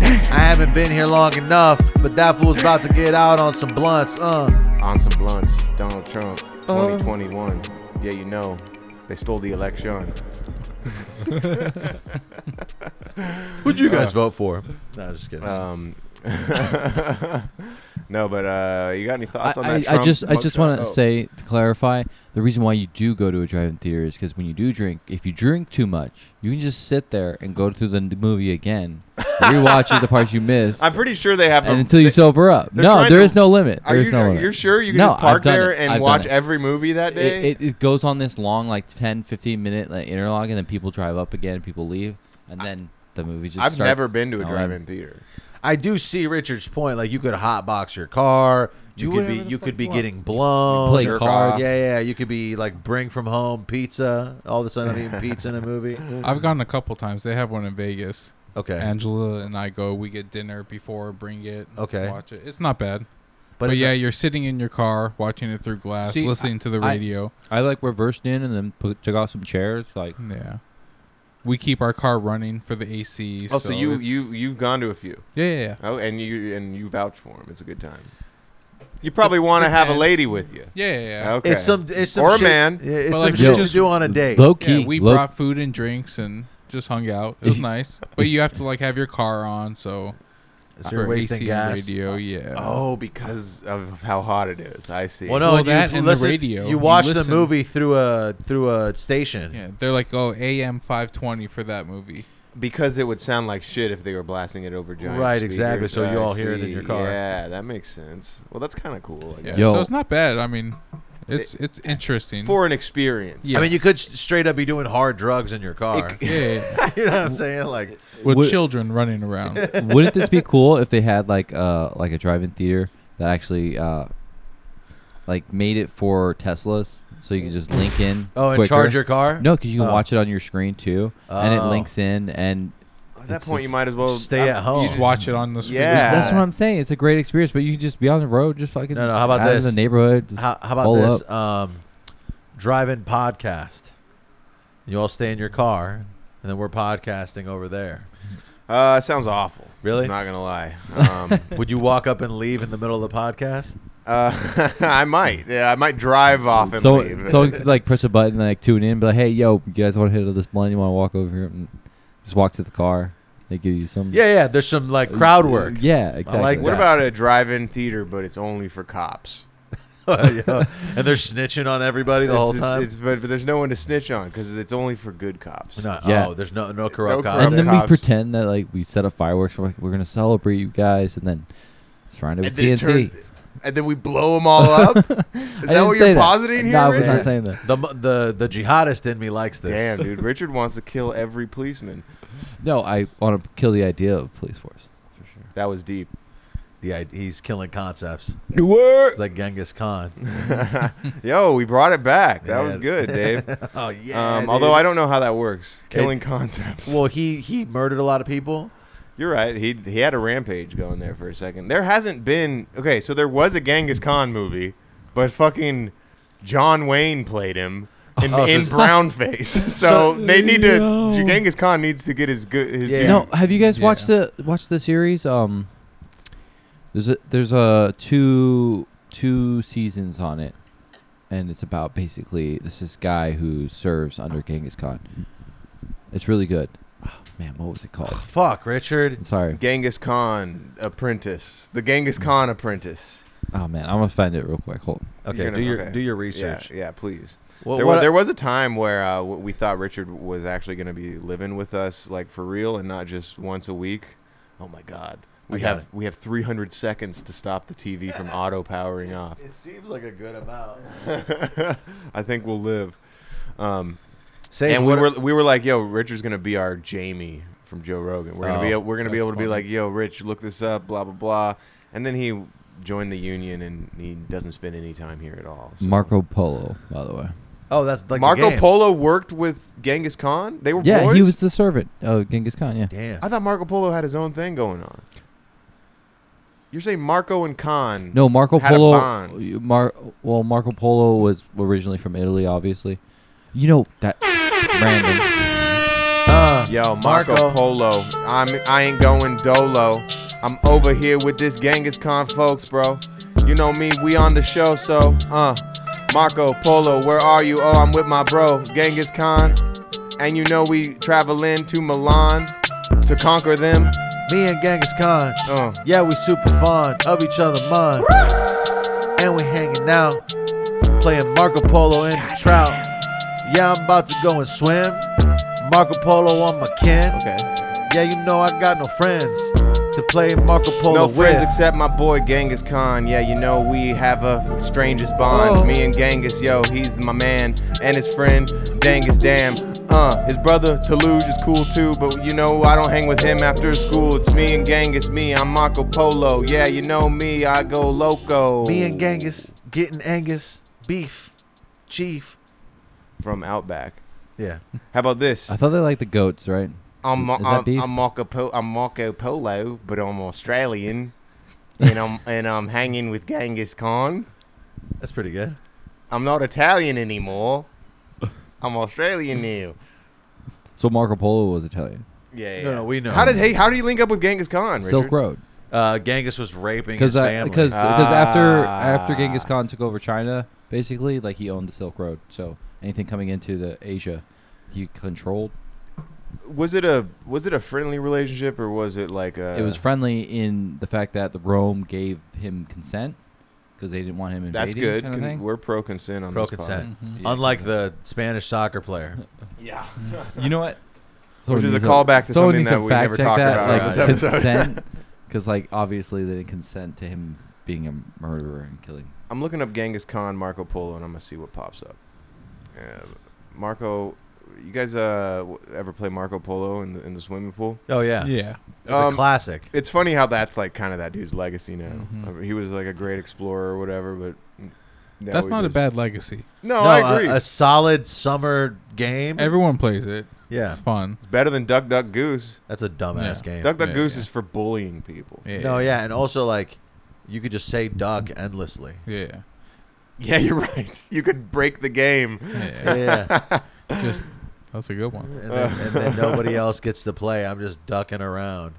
I haven't been here long enough, but that fool's about to get out on some blunts. Uh,
On some blunts, Donald Trump, 2021. Yeah, you know, they stole the election.
who'd you guys vote for? Uh, No, Uh, just kidding.
Um, no, but uh, you got any
I,
thoughts on
I,
that?
I
Trump
just I just
mugshot?
want
Oh.
to say to clarify the reason why you do go to a drive-in theater is because when you do drink, if you drink too much, you can just sit there and go through the n- movie again, rewatch it, the parts you missed,
I'm pretty sure they have.
and
a-
until you
they-
sober up.
they're
No,
trying
there
to-
is no limit.
Are
There is
you,
no
are
limit.
you sure you can
No,
just park
I've done
there
it.
and
I've done
watch
it.
every movie that
It,
day?
it, it goes on this long, like 10, 15 minute like, interlog, and then people drive up again, people leave, and then the movie just.
I've
starts
never been to a
going.
drive-in theater.
I do see Richard's point. Like you could hotbox your car. You
Do
could
whatever
be
the
you
fuck
could be
you want.
getting blown.
play
Jerk
cards.
off. Yeah, yeah. You could be like bring from home pizza. All of a sudden, I'm eating pizza in a movie.
I've gone a couple times. They have one in Vegas.
Okay,
Angela and I go. We get dinner before, bring it.
Okay.
Watch it. It's not bad.
but,
But,
yeah,
yeah, you're sitting in your car watching it through glass,
See,
listening to the
I-
radio.
I like reversed in and then put, took off some chairs. Like
yeah. We keep our car running for the AC.
Oh, so, you
it's-
you you've gone to a few.
Yeah, yeah, yeah.
Oh, and you and you vouch for him. It's a good time. You probably want to have a
depends.
lady with you.
Yeah, yeah, yeah.
Okay.
it's some it's some
or a
shit-
man.
yeah, It's
But,
some
like,
shit to
just-
do on a date.
low
Yeah,
key.
we
low-
brought food and drinks and just hung out. It was nice. But you have to like have your car on, so
So you're wasting
AC
gas.
radio, yeah.
Oh, because of how hot it is. I see.
Well, no,
Well,
you
that and the
listen-
radio.
You
You
watch the
listen.
movie through a through a station.
Yeah, they're like, oh, AM 520 for that movie.
Because it would sound like shit if they were blasting it over giant.
Right, exactly,
speakers.
so you
I
all hear it in
see.
your car.
Yeah, that makes sense. Well, that's kind of cool. I
Yeah,
guess.
Yo.
so it's not bad. I mean, it's it's interesting.
For an experience.
I mean, you could s- straight up be doing hard drugs in your car.
yeah, yeah, yeah.
you know what I'm saying? Like,
with
Would-
children running around.
Wouldn't this be cool if they had like uh like a drive-in theater that actually uh like made it for Teslas, so you can just link in.
oh, and
quicker.
charge your car.
No, because you can
Oh.
watch it on your screen too, and it
Oh.
links in, and
At that
It's
point,
just-
you might as well
stay at
Uh, You
home.
just watch it on the screen.
Yeah.
that's what I'm saying. It's a great experience, but you can just be on the road, just fucking.
No, no, how about
out
this?
In the neighborhood. just-
How, how about
Pull
this? Um, drive-in podcast. You all stay in your car, and then we're podcasting over there.
Uh, sounds awful.
Really?
Not gonna lie. Um,
Would you walk up and leave in the middle of the podcast?
uh, I might. Yeah, I might drive off and
So,
leave.
so it's like press a button, like tune in, be like, hey, yo, you guys want to hit this blunt? You want to walk over here and just walk to the car? They give you some.
Yeah, yeah. There's some like crowd work.
Yeah, exactly.
like
what
that.
about a drive-in theater, but it's only for cops?
Yeah. and they're snitching on everybody the
It's
whole
just-
time.
it's- but, but there's no one to snitch on because it's only for good cops.
No,
Yeah.
Oh, there's no no corrupt
No
cops.
corrupt
and then
cops.
we pretend that like we set up fireworks. We're like, we're gonna celebrate you guys, and then surround it with
And then,
TNT.
turn, and then we blow them all up. Is
I
that
didn't
what
say
you're positing here?
No, I was
Richard?
not saying that.
The the the jihadist in me likes this.
Damn, dude, Richard wants to kill every policeman.
No, I want to kill the idea of police force for sure.
That was deep.
The id- he's killing concepts. It's like Genghis Khan.
Yo, we brought it back. That was
Yeah.
good, Dave.
oh yeah.
Um, although I don't know how that works. Killing concepts.
well, he he murdered a lot of people.
You're right. He he had a rampage going there for a second. There hasn't been okay. So there was a Genghis Khan movie, but fucking John Wayne played him in,
Oh,
in
so-
brown face. So, they need to.
Yo.
Genghis Khan needs to get his good. His
Yeah.
due.
No, have you guys watched the watched the series? Um, there's a there's a two two seasons on it, and it's about basically this is guy who serves under Genghis Khan. It's really good. Oh, man, what was it called?
Fuck, Richard.
Sorry.
Genghis Khan apprentice. The Genghis Khan apprentice.
Oh man, I'm gonna find it real quick. Hold. on.
Okay,
You're gonna-
do your
okay.
do your
Yeah,
research.
Yeah, please.
Well,
there,
what
was,
I-
there was a time where uh, w- we thought Richard was actually going to be living with us, like for real, and not just once a week. Oh my God, we
got
have
it.
we have 300 seconds to stop the TV from auto powering off.
It seems like a good amount.
I think we'll live. Um,
Say
and we
what-
were we were like, yo, Richard's going to be our Jamie from Joe Rogan. We're gonna be
Oh,
we're gonna be
that's
able to be
funny.
like, yo, Rich, look this up, blah blah blah, and then he joined the union and he doesn't spend any time here at all. so-
Marco Polo, by the way.
oh, that's like the
Marco
game.
Polo worked with Genghis Khan. They were
Yeah,
boys.
he was the servant of Genghis Khan. Yeah.
Damn. Uh,
I thought Marco Polo had his own thing going on. You're saying Marco and Khan?
No, Marco
Had a
Polo.
bond.
you- Mar- well, Marco Polo was originally from Italy, obviously. You know that. Random.
Uh,
Yo, Marco, Polo. I'm I ain't going dolo. I'm over here with this Genghis Khan folks, bro. You know me, we on the show, so uh Marco Polo, where are you? Oh, I'm with my bro, Genghis Khan. And you know we traveling to Milan to conquer them.
Me and Genghis Khan.
Uh.
Yeah, we super fond of each other, mind. And we hanging out, playing Marco Polo and the trout. Yeah, I'm about to go and swim. Marco Polo on my kin.
Okay.
Yeah, you know I got no friends to play Marco Polo
No
with.
friends except my boy Genghis Khan. Yeah, you know we have a strangest bond.
Oh.
Me and Genghis, yo, he's my man, and his friend Genghis Dam. Uh, his brother Toulouse is cool too, but you know I don't hang with him after school. It's me and Genghis, me, I'm Marco Polo. Yeah, you know me, I go loco.
Me and Genghis getting Angus beef, chief.
from Outback.
Yeah.
How about this?
I thought they liked the goats, right?
I'm,
Uh, Is that
I'm,
beef?
I'm Marco po- I'm Marco Polo, but I'm Australian, and I'm and I'm hanging with Genghis Khan.
That's pretty good.
I'm not Italian anymore. I'm Australian now.
So Marco Polo was Italian.
Yeah, yeah.
No, no, we know.
How did he? How did he link up with Genghis Khan? Richard?
Silk Road.
Uh, Genghis was raping his
Because
family.
because after after
Ah.
Genghis Khan took over China, basically like he owned the Silk Road. So anything coming into the Asia, he controlled.
Was it a was it a friendly relationship or was it like a?
it was friendly in the fact that the Rome gave him consent because they didn't want him
That's
invading.
good.
Kind of
Con-
thing.
we're pro consent on
pro
this pod.
consent. Unlike the Spanish soccer player.
Yeah.
You know what?
Which is a callback to
someone
something
needs
that we never
fact check
talked
that,
about
like,
on this
episode.
consent, because like obviously they didn't consent to him being a murderer and killing.
I'm looking up Genghis Khan, Marco Polo, and I'm gonna see what pops up. Uh, Marco, you guys uh w- ever play Marco Polo in the in the swimming pool?
Oh yeah.
Yeah.
It's
Um,
a classic.
It's funny how that's like kind of that dude's legacy now. I mean, he was like a great explorer or whatever, but now
That's
he
not a
just-
bad legacy.
No,
no,
I
a-
agree.
A, solid summer game.
Everyone plays it.
yeah,
It's fun.
Better than Duck Duck Goose.
that's a dumbass
Yeah.
game.
Duck Duck
Yeah,
Goose
yeah.
is for bullying people.
Yeah.
No, yeah, and also like you could just say duck endlessly.
Yeah.
Yeah, you're right. You could break the game.
Yeah.
Yeah,
Just that's a good one.
and then, and then nobody else gets to play. I'm just ducking around.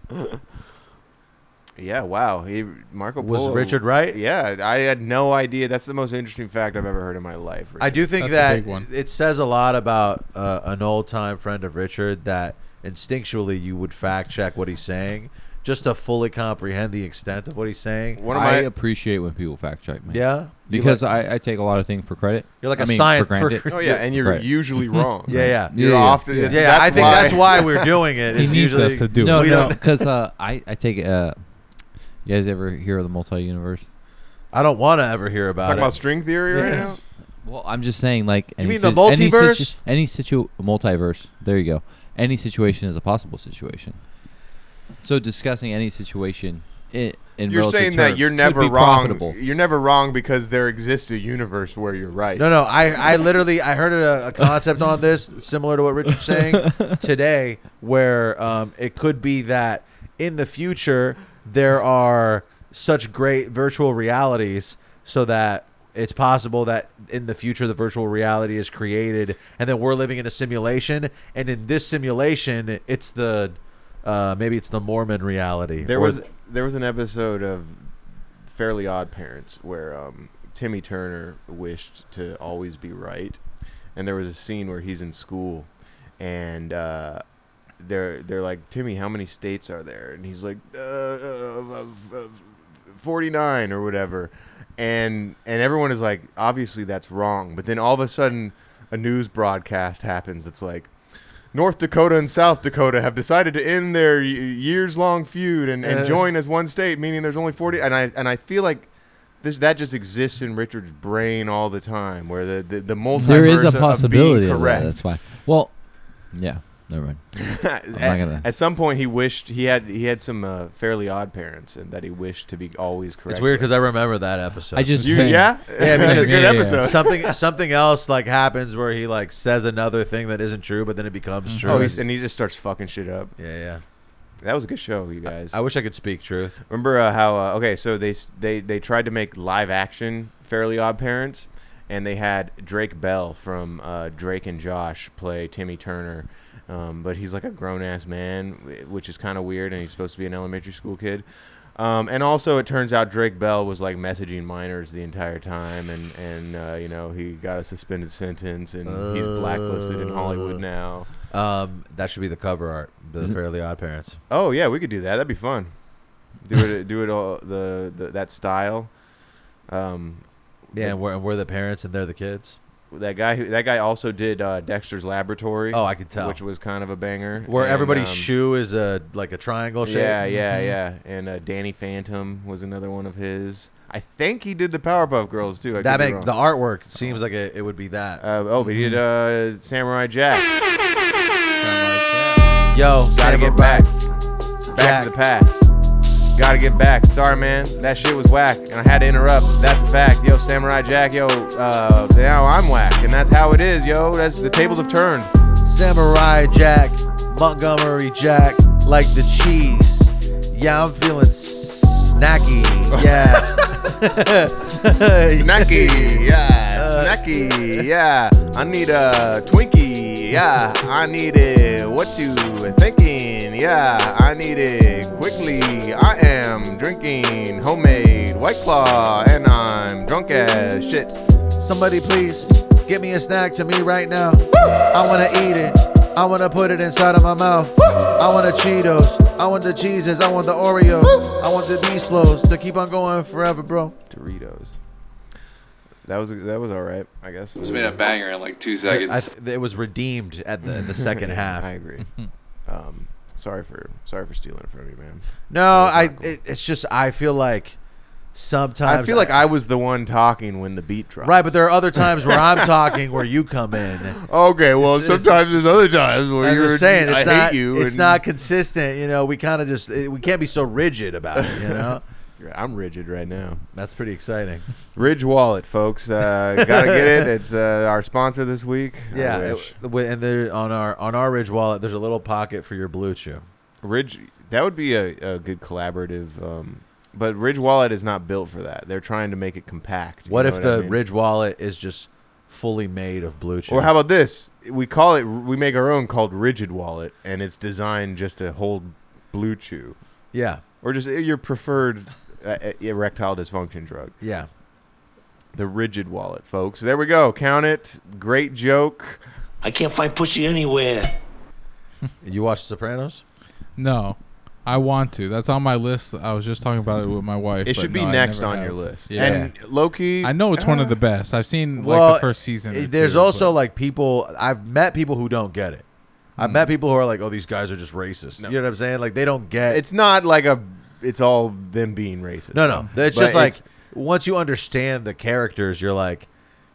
Yeah, wow. He, Marco
Was
Polo-
Richard right?
Yeah, I had no idea. That's the most interesting fact I've ever heard in my life. Richard.
I do think
That's a
that
big one.
it says a lot about uh, an old time friend of Richard that instinctually you would fact check what he's saying just to fully comprehend the extent of what he's saying.
One of
I
my
appreciate when people fact check me.
Yeah,
because I, I take a lot of things for credit.
You're like
a
a science for cre-
Oh yeah, and you're
Right.
usually wrong.
Yeah, yeah.
You're
Yeah, yeah.
often.
Yeah.
it's-
yeah. I think that's why we're doing it.
He
is
needs
usually-
us to do
no,
it.
we
no,
don't-
because uh, I I take uh, you guys ever hear of the multi universe?
I don't want to ever hear about
Talking
it.
about string theory right
Yeah.
now.
Well, I'm just saying, like, any
mean the
sit- any situ-
multiverse?
Any situ, multiverse. There you go. Any situation is a possible situation. So discussing any situation, it in
You're
relative
saying that
terms
you're
could
never
be
wrong.
Profitable.
You're never wrong because there exists a universe where you're right.
No, no. I, I literally I heard a, a concept on this similar to what Richard's saying today, where um, it could be that in the future there are such great virtual realities, so that it's possible that in the future the virtual reality is created, and then we're living in a simulation, and in this simulation it's the uh, maybe it's the Mormon reality.
There
or-
was there was an episode of Fairly Odd Parents where um, Timmy Turner wished to always be right, and there was a scene where he's in school, and uh, they're they're like Timmy, how many states are there? And he's like, uh, uh, forty nine or whatever, and and everyone is like, obviously that's wrong. But then all of a sudden, a news broadcast happens that's like. North Dakota and South Dakota have decided to end their years long feud and, and
Uh.
join as one state, meaning there's only 40. And I and I feel like this that just exists in Richard's brain all the time, where the the, the multiverse
There is a
of- of
possibility.
being
Of that,
correct.
that's why. Well, yeah. Never mind.
at,
gonna-
at some point, he wished he had he had some uh, fairly odd parents, and that he wished to be always correct.
it's weird because I remember that episode.
I just
You,
saying,
yeah, yeah, that's a
because-
good
yeah, yeah, yeah.
episode.
something something else like happens where he like says another thing that isn't true, but then it becomes true.
Oh, he's, and he just starts fucking shit up.
yeah, yeah.
That was a good show, you guys.
I wish I could speak truth.
Remember uh, how? Uh, okay, so they s- they they tried to make live action Fairly Odd Parents, and they had Drake Bell from uh, Drake and Josh play Timmy Turner, Um, but he's like a grown ass man, wh- which is kind of weird, and he's supposed to be an elementary school kid. Um, and also, it turns out Drake Bell was like messaging minors the entire time, and and uh, you know he got a suspended sentence, and he's blacklisted in Hollywood now.
Um, that should be the cover art. The
Mm-hmm.
Fairly Odd Parents.
Oh yeah, we could do that. That'd be fun. Do it, do it all the, the that style. Um,
Yeah, and we're, and we're the parents and they're the kids.
that guy who that guy also did uh, Dexter's Laboratory.
Oh, I could tell.
which was kind of a banger.
Where
And,
everybody's
um,
shoe is a like a triangle shape.
Yeah,
Mm-hmm.
yeah, yeah. And uh, Danny Phantom was another one of his. I think he did the Powerpuff Girls too. I
That
could be
make, the
wrong.
artwork seems like it, it would be that.
Uh, oh, but he did
Mm-hmm.
uh, Samurai Jack.
Yo,
Gotta
Samurai
get back. Back
Jack.
to the past. Gotta get back. Sorry, man. That shit was whack, and I had to interrupt. That's a fact. Yo, Samurai Jack, yo, uh, now I'm whack, and that's how it is, yo. That's the tables have turned.
Samurai Jack, Montgomery Jack, like the cheese. Yeah, I'm feeling snacky. Yeah.
Snacky, yeah, snacky, yeah. I need a Twinkie, yeah. I need it. What you thinking? Yeah, I need it quickly. I am drinking homemade White Claw, and I'm drunk as shit.
Somebody please get me a snack to me right now. I wanna eat it. I wanna put it inside of my mouth. I want the Cheetos. I want the cheeses. I want the Oreos. I want the B-slows to keep on going forever, bro.
Doritos. That was that was all right, I guess.
It's been a banger in like two seconds.
I th- it was redeemed at the in the second half.
I agree. um, sorry for sorry for stealing it from you, man.
No, I. It, it's just I feel like
I
sometimes
feel like I was the one talking when the beat dropped.
right, but there are other times where I'm talking where you come in.
Okay. Well,
It's- it's-
sometimes there's other times where
I'm
you're
just saying it's
I
not
hate you.
it's
and-
not consistent. You know, we kind of just it, we can't be so rigid about it. You know,
I'm rigid right now.
that's pretty exciting.
Ridge Wallet, folks. Uh, gotta get it. It's uh, our sponsor this week. I
Yeah, it-
wish.
w- and there on our on our Ridge Wallet, there's a little pocket for your Blue Chew.
Ridge. That would be a, a good collaborative. Um, but Ridge Wallet is not built for that. They're trying to make it compact. you
What
know
if the
I mean?
Ridge Wallet is just fully made of Blue Chew?
Or how about this? We call it. We make our own called Rigid Wallet, and it's designed just to hold Blue Chew
yeah,
or just your preferred uh, uh, erectile dysfunction drug.
yeah.
The Rigid Wallet, folks. There we go. Count it. Great joke.
I can't find pussy anywhere.
You watch Sopranos?
No, I want to. That's on my list. I was just talking about it with my wife.
It
but
should be
no, I
next
never
on
have.
your list.
Yeah.
And Uh, Loki.
I know it's one of the best. I've seen like the first season.
eh,
or
it- Eh, there's
two,
also
but-
like people I've met people who don't get it.
Hmm.
I've met people who are like, "Oh, these guys are just racist." You know what I'm saying? Like they don't get.
It's not like a. It's all them being racist.
no, no. It's
Um, But
just like
it's-
once you understand the characters, you're like,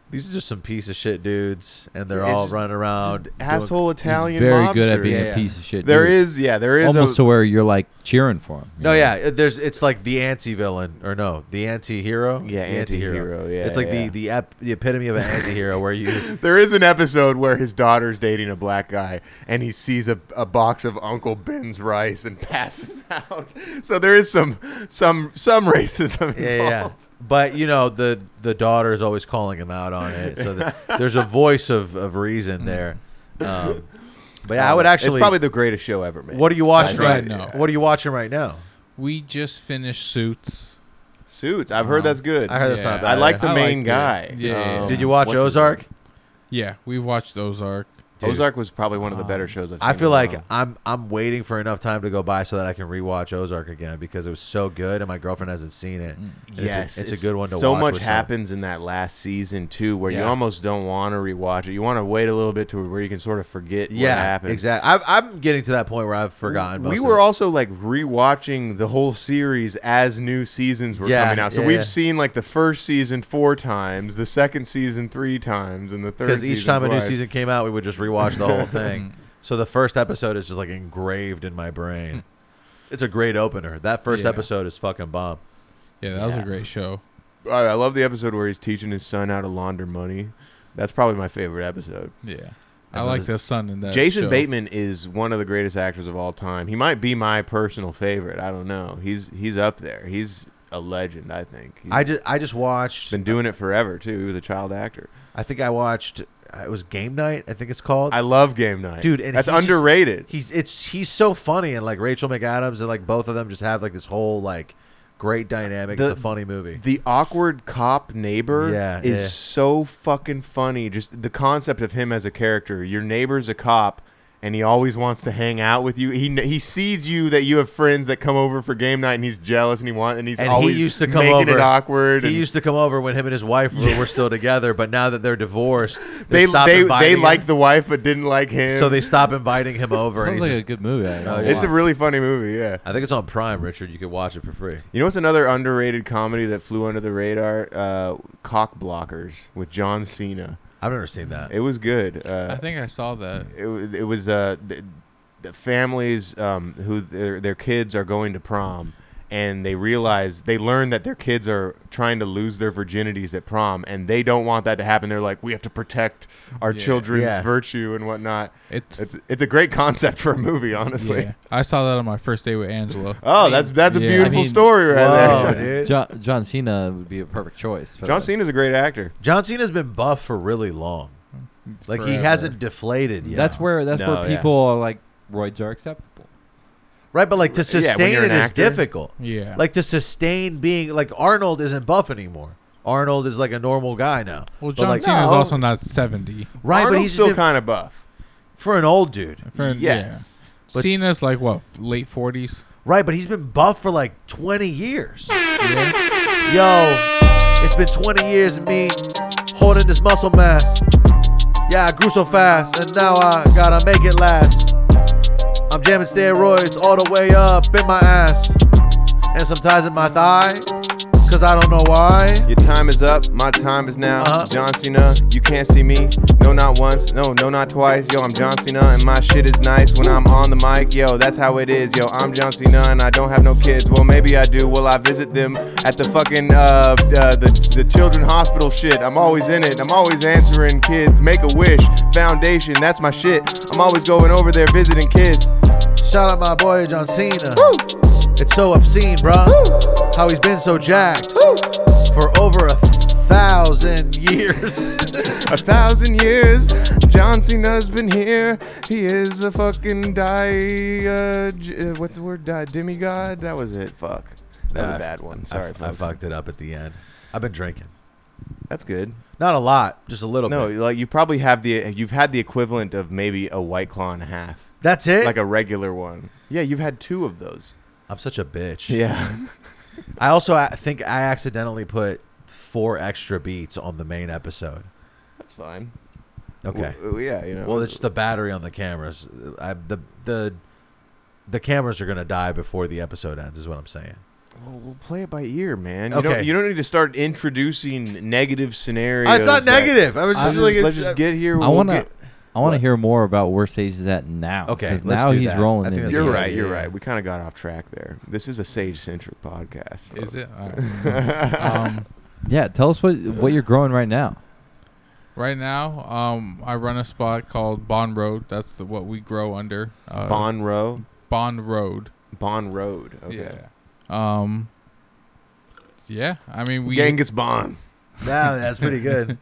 "These are just some piece of shit dudes, and they're
It's
all
just-
running around." doing-
asshole Italian.
very good at
mobsters.
being
Yeah,
a
yeah.
piece of shit.
There
dude.
is, yeah, there is
almost
a,
to where you're like cheering for him. you
No,
know?
yeah, it- there's it's like the anti-villain or no, the anti-hero.
Yeah,
The
anti-hero, yeah,
it's like
yeah.
the the, ep- the epitome of an anti-hero where you
There is an episode where his daughter's dating a black guy and he sees a, a box of Uncle Ben's rice and passes out. So there is some some some racism.
yeah, yeah, yeah.
involved.
But you know the the daughter is always calling him out on it, so the, there's a voice of, of
Mm.
reason there. Um, but yeah, I would actually.
It's probably the greatest show ever made.
what are you watching
I
right
think-
now?
yeah.
What are you watching right now?
we just finished Suits.
Suits. I've heard that's good.
Oh. I heard that's not
Yeah.
bad.
I like the
I
main
liked it.
guy. Um,
Yeah.
Did you watch
what's his
Ozark?
name?
Yeah, we watched Ozark.
Dude. Um,
Ozark was probably one of the better shows I've seen.
I feel
in a
like
while.
I'm I'm waiting for enough time to go by so that I can rewatch Ozark again because it was so good and my girlfriend hasn't seen it. And it's a-
Mm. Yes,
it's a, good one to
so
watch.
much
with some-
happens in that last season too, where you
Yeah.
almost don't want to rewatch it. You want to wait a little bit to where you can sort of forget what
Yeah,
happened.
exactly. I've, I'm getting to that point where I've forgotten. Most
We
of
were
it.
also like rewatching the whole series as new seasons were
Yeah,
coming out. So
yeah,
we've
yeah.
seen like the first season four times, the second season three times, and the third.
because each
season
time a new
twice. Mm.
season came out, we would just rewatch the whole thing. So the first episode is just like engraved in my
Hmm.
brain. it's a great opener. That first
Yeah.
episode is fucking bomb.
Yeah, that was a great show.
I, I love the episode where he's teaching his son how to launder money. That's probably my favorite episode.
Yeah, I like the sun in that.
Jason
show.
Bateman is one of the greatest actors of all time. He might be my personal favorite. I don't know. He's he's up there. He's a legend. I think. He's
I just I just watched.
been doing it forever too. He was a child actor.
I think I watched. uh, it was Game Night, I think it's called.
I love Game Night,
dude. And
that's
he's just-
underrated.
he's it's he's so funny, and like Rachel McAdams and like both of them just have like this whole like great dynamic.
The-
it's a funny movie.
the awkward cop neighbor
Yeah, eh.
is
yeah.
so fucking funny. Just the concept of him as a character. Your neighbor's a cop, and he always wants to hang out with you. He he sees you that you have friends that come over for game night, and he's jealous, and he wants, and he's
and
always
he used to come
making
over
it awkward.
He
and
used to come over when him and his wife were, were still together, but now that they're divorced,
they
they stop
they,
inviting
they
him,
liked the wife but didn't like him.
so they stop inviting him over. and
Sounds
he's
like a
just,
good movie. I
Oh,
don't
yeah.
it's a really funny movie. Yeah.
I think it's on Prime, Richard. You can watch it for free.
You know what's another underrated comedy that flew under the radar? Uh, Cock Blockers with John Cena.
I've never seen that.
It was good.
I
Uh,
think I saw that.
it, wa- it was uh, the, the families um, who their, their kids are going to prom and they realize they learn that their kids are trying to lose their virginities at prom and they don't want that to happen they're like we have to protect our
Yeah.
children's
Yeah.
virtue and whatnot
It's,
it's it's a great concept for a movie honestly
yeah. I saw that on my first day with Angela.
oh that's that's a
Yeah.
beautiful
I mean-
story right there
Whoa, dude. John-,
John, John Cena would be a perfect choice. for
john
that.
cena's a great actor
Cena's been buff for really long. Like he
forever.
hasn't deflated yet.
That's where that's
No,
where
yeah.
people are like roids are acceptable.
right, but like to
when
sustain
you're
it
an
is
actor.
difficult.
Yeah.
Like to sustain being like Arnold isn't buff anymore. Arnold is like a normal guy now.
well,
But,
John
like,
Cena's
No.
also not seventy.
right, but
Arnold's
he's
still
been-
kind of buff
for an old dude.
For-
yes
Yeah.
But-
Cena's like what f- late forties.
Right, but he's been buff for like 20 years. Yo, it's been 20 years of me holding this muscle mass. Yeah, I grew so fast, and now I gotta make it last. I'm jamming steroids all the way up in my ass, and sometimes in my thigh, cause I don't know why.
Your time is up, my time is now.
Uh-huh.
John Cena, you can't see me. No, not once. No, no, not twice. Yo, I'm John Cena and my shit is nice when I'm on the mic. Yo, that's how it is. Yo, I'm John Cena and I don't have no kids. Well, maybe I do. Will I visit them at the fucking uh, uh the the children hospital shit? I'm always in it. I'm always answering kids. Make a wish foundation. That's my shit. I'm always going over there visiting kids.
Shout out my boy John Cena. It's so obscene, bruh. How he's been so jacked for over a thousand years.
A thousand years, John Cena's been here. He is a fucking di. Uh, j- uh, what's the word? Di- demigod? That was it. Fuck. That was a
Nah,
bad one. Sorry,
I, I
folks.
fucked it up at the end. I've been drinking.
That's good.
Not a lot, just a little
No,
bit.
like you probably have the you've had the equivalent of maybe a white claw and a half,
That's it.
like a regular one. Yeah, you've had two of those.
I'm such a bitch.
Yeah.
I also I think I accidentally put four extra beats on the main episode.
That's fine.
Okay.
W- yeah, you know.
Well, it's the battery on the cameras. I, the the the cameras are gonna die before the episode ends. Is what I'm saying.
Well, we'll play it by ear, man. You
Okay. Ah,
Don't, you don't need to start introducing negative scenarios.
it's not
that-
negative. I was
Let's
just
just,
like, uh,
let's just get here.
I
we'll
wanna
get-
I want
What?
to hear more about where Sage is at now.
Okay,
'cause
let's
now
do
he's
that. I
rolling.
think
in
that's
the
You're
Yeah,
right.
yeah,
You're
yeah.
right. We kind of got off track there. This is a sage-centric podcast. folks.
Is it? All right. um,
Yeah, tell us what what you're growing right now.
right now, um, I run a spot called Bond Road. That's the, what we grow under. Uh,
Bon Row,
Bond Road.
Bon Road. Okay.
Yeah. Um. Yeah, I mean we
Genghis Bon.
yeah, that's pretty good.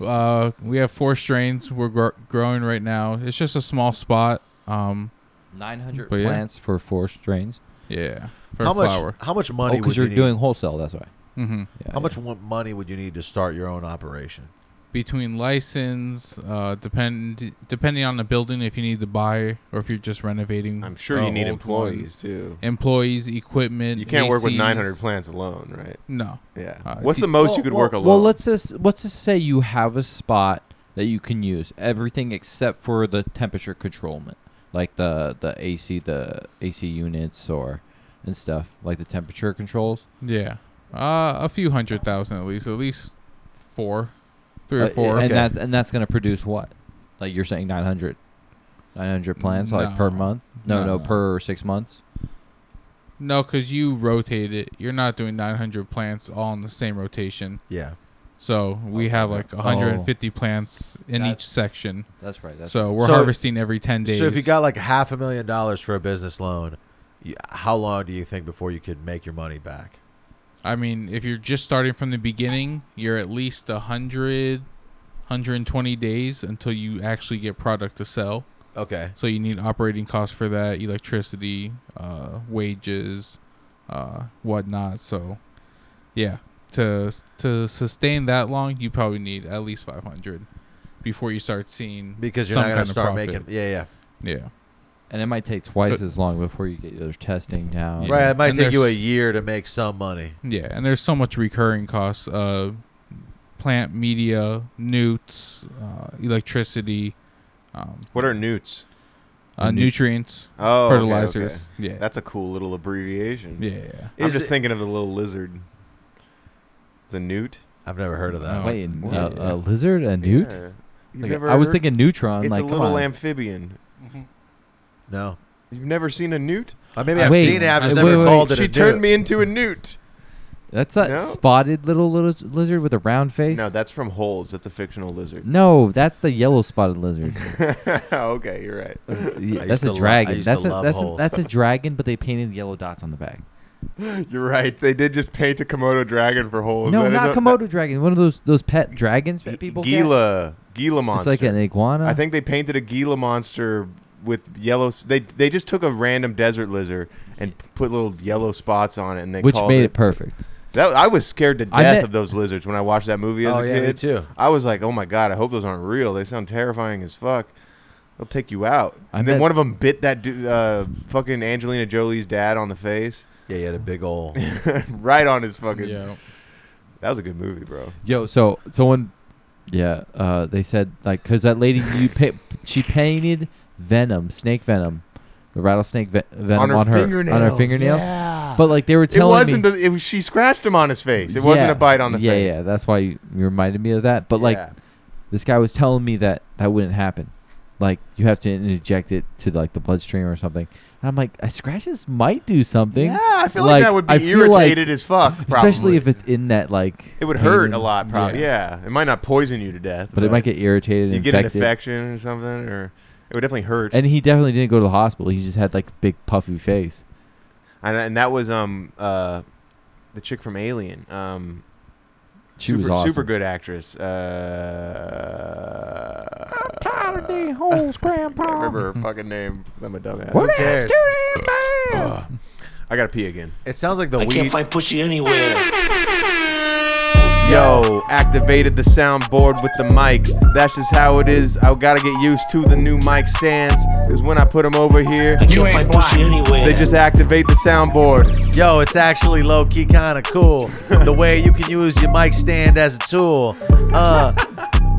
uh we have four strains we're gr- growing right now. It's just a small spot. Um.
900
But yeah.
plants for four strains.
Yeah. For
how much?
flower.
How much
Oh,
money? would
because you're
you
doing
Need,
wholesale. That's why.
Mm-hmm.
Yeah,
how much
yeah.
wa- money would you need to start your own operation?
Between license, uh, depend depending on the building, if you need to buy or if you're just renovating.
I'm sure
uh,
you need
old ones.
employees too.
employees, equipment.
You can't work with
ACs.
900 plants alone, right?
No.
Yeah.
Uh,
What's
d-
the most
well,
you could
Oh, well-
work alone?
Well, let's just let's just say you have a spot that you can use everything except for the temperature controlment, like the the AC the AC units or and stuff like the temperature controls.
Yeah. Uh, a few hundred thousand at least. At least four, three
Uh,
or four.
and
okay.
that's and that's gonna produce what? Like you're saying 900, 900 plants like per
No.
month? No,
No,
no,
no.
per six months.
No, because you rotate it. You're not doing 900 plants all in the same rotation.
Yeah.
So we have like
Oh.
150 plants in
That's-
each section.
That's right. That's
so we're
So-
harvesting every 10 days.
So if you got like half a million dollars for a business loan, you, how long do you think before you could make your money back?
I mean, if you're just starting from the beginning, you're at least 100 120 days until you actually get product to sell.
Okay.
So you need operating costs for that, electricity, uh, wages, uh, whatnot. So, yeah, to to sustain that long, you probably need at least 500 before you start seeing
Because you're not
some
gonna
kind of
start
profit.
making. Yeah, yeah.
yeah.
And it might take twice as long before you get your testing down.
Yeah.
Right. It might
And
take you a
there's-
year to make some money.
Yeah, and there's so much recurring costs: uh, plant, media, newts, uh, electricity, um,
What are newts?
uh,
nu-
nutrients,
Oh, okay, okay.
fertilizers. Yeah,
That's a cool little abbreviation.
yeah, yeah.
I'm
Is
just
it-
thinking of the little lizard. The newt.
I've never heard of that.
No.
Wait,
Yeah.
uh, a lizard, a newt?
Yeah. You've
Like,
never
I was
heard-
thinking neutron.
it's
like,
a
come
little
on.
amphibian.
No.
You've never seen a newt?
Uh, maybe
Uh,
I've
wait,
seen it. I've just
uh,
never
wait, wait,
called it.
she
a
turned
dude.
me into a newt.
That's that
No?
spotted little little lizard with a round face.
No, that's from Holes. That's a fictional lizard.
No, that's the yellow spotted lizard.
okay, you're right.
I
Yeah,
used
that's
to
a
lo- I
dragon.
used to
that's a
love
that's a,
holes.
that's a dragon, but they painted yellow dots on the back.
You're right. They did just paint a Komodo dragon for Holes.
no,
That is
not
a-
Komodo dragon. One of those those pet dragons that
that-
people get.
Gila. Gila
It's
monster.
like an iguana.
I think they painted a Gila monster with yellow. s- They they just took a random desert lizard and p- put little yellow spots on it, and they
which
called
made it perfect.
That, I was scared to death
I met-
of those lizards when I watched that movie as
Oh,
a
yeah, me
kid.
too.
I was like, oh my god, I hope those aren't real. They sound terrifying as fuck. They'll take you out.
I
and then
met-
one of them bit that du- uh, fucking Angelina Jolie's dad on the face,
Yeah, he had a big old.
right on his fucking.
yeah.
That was a good movie, bro.
Yo, so someone, yeah, uh, they said like because that lady you pa- she painted venom, snake venom, the rattlesnake ve- venom on her, on her fingernails.
Yeah.
But like they were
it
telling me,
wasn't. The, it was, she scratched him on his face. It wasn't
Yeah.
a bite on the
yeah,
face.
Yeah, that's why you, you reminded me of that. But like
Yeah.
this guy was telling me that that wouldn't happen. Like you have to inject it to like the bloodstream or something. And I'm like, I scratches might do something.
Yeah, I feel like, that would be
I feel like-
irritated as fuck. Probably.
especially if it's in that like.
it would hurt
pain,
a lot. Probably. Yeah. It might not poison you to death,
but, it might get irritated.
you
and
get an
infected.
infection or something, or it would definitely hurt.
And he definitely didn't go to the hospital. He just had like a big puffy face.
And, and that was um uh, the chick from Alien. Um,
She
super,
was awesome.
super good actress. Uh,
holes,
I can't
Grandpa.
remember her fucking name. 'cause I'm a dumbass.
Who cares?
I gotta pee again.
It sounds like the
I can't
weed.
find pussy anywhere.
Yo, activated the soundboard with the mic. That's just how it is. I gotta get used to the new mic stands. Cause when I put them over here,
I can't find pussy anywhere.
they just activate the soundboard.
Yo, it's actually low key kind of cool. the way you can use your mic stand as a tool. Uh,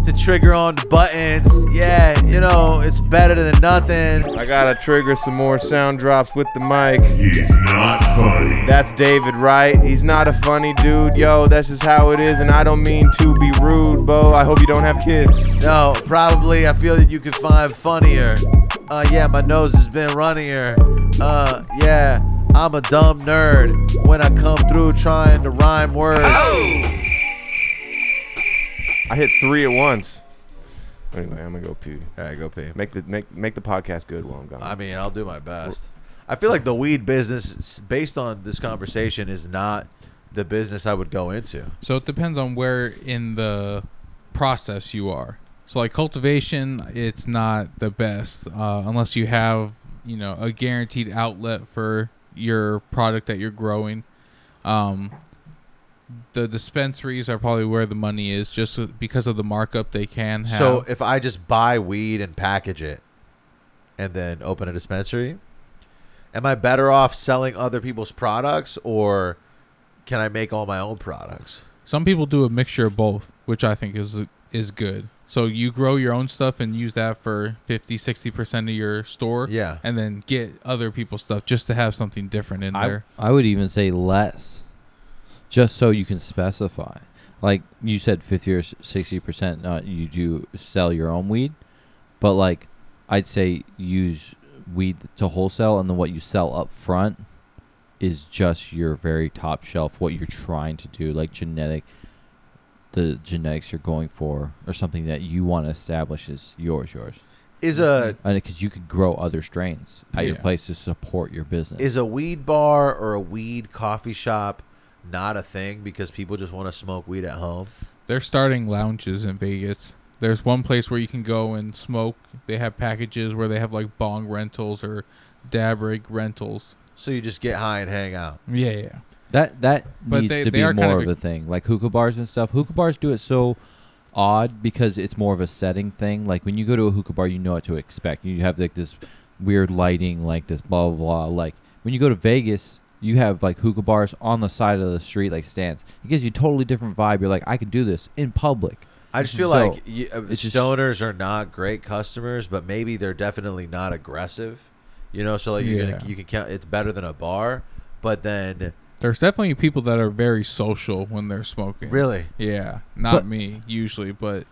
to trigger on the buttons. Yeah, you know, it's better than nothing.
I gotta trigger some more sound drops with the mic.
He's not funny.
That's David, right? He's not a funny dude. Yo, that's just how it is. And I don't mean to be rude, bo. I hope you don't have kids.
No, probably I feel that you could find funnier. Uh, yeah, my nose has been runnier. Uh, yeah, I'm a dumb nerd when I come through trying to rhyme words.
I hit three at once. Anyway, I'm gonna go pee.
All right, go pee.
Make the make make the podcast good while I'm gone.
I mean, I'll do my best. I feel like the weed business, s- based on this conversation, is not the business I would go into.
So it depends on where in the process you are. So like cultivation, it's not the best uh, unless you have you know a guaranteed outlet for your product that you're growing. Um, the dispensaries are probably where the money is, just because of the markup they can have.
So if I just buy weed and package it, and then open a dispensary, am I better off selling other people's products, or can I make all my own products?
Some people do a mixture of both, which I think is is good. So you grow your own stuff and use that for 50, 60% of your store.
Yeah.
And then get other people's stuff just to have something different in
I,
there.
I would even say less, just so you can specify. Like you said, fifty or sixty percent. Uh, you do sell your own weed, but like I'd say use weed to wholesale, and then what you sell up front is just your very top shelf. What you're trying to do, like genetic, the genetics you're going for, or something that you want to establish is yours, yours,
Is a
and because you could grow other strains at your
Yeah.
place to support your business.
is a weed bar or a weed coffee shop not a thing because people just want to smoke weed at home?
They're starting lounges in Vegas. There's one place where you can go and smoke. They have packages where they have like bong rentals or dab rig rentals.
So you just get high and hang out.
Yeah, yeah.
That that
But
needs
they-
to
they
be
are kind
more
of
of
a-
a thing, like hookah bars and stuff. Hookah bars do it so odd because it's more of a setting thing. Like when you go to a hookah bar, you know what to expect. You have like this weird lighting, like this blah blah blah. Like when you go to Vegas, you have like hookah bars on the side of the street, like stands. It gives you a totally different vibe. You're like, I could do this in public.
I just feel
Mm-hmm. So,
like y- uh,
it's just-
stoners are not great customers, but maybe they're definitely not aggressive. You know, so like you
Yeah.
can you can count. It's better than a bar, but then
There's definitely people that are very social when they're smoking.
Really?
Yeah. Not
But-
me usually, but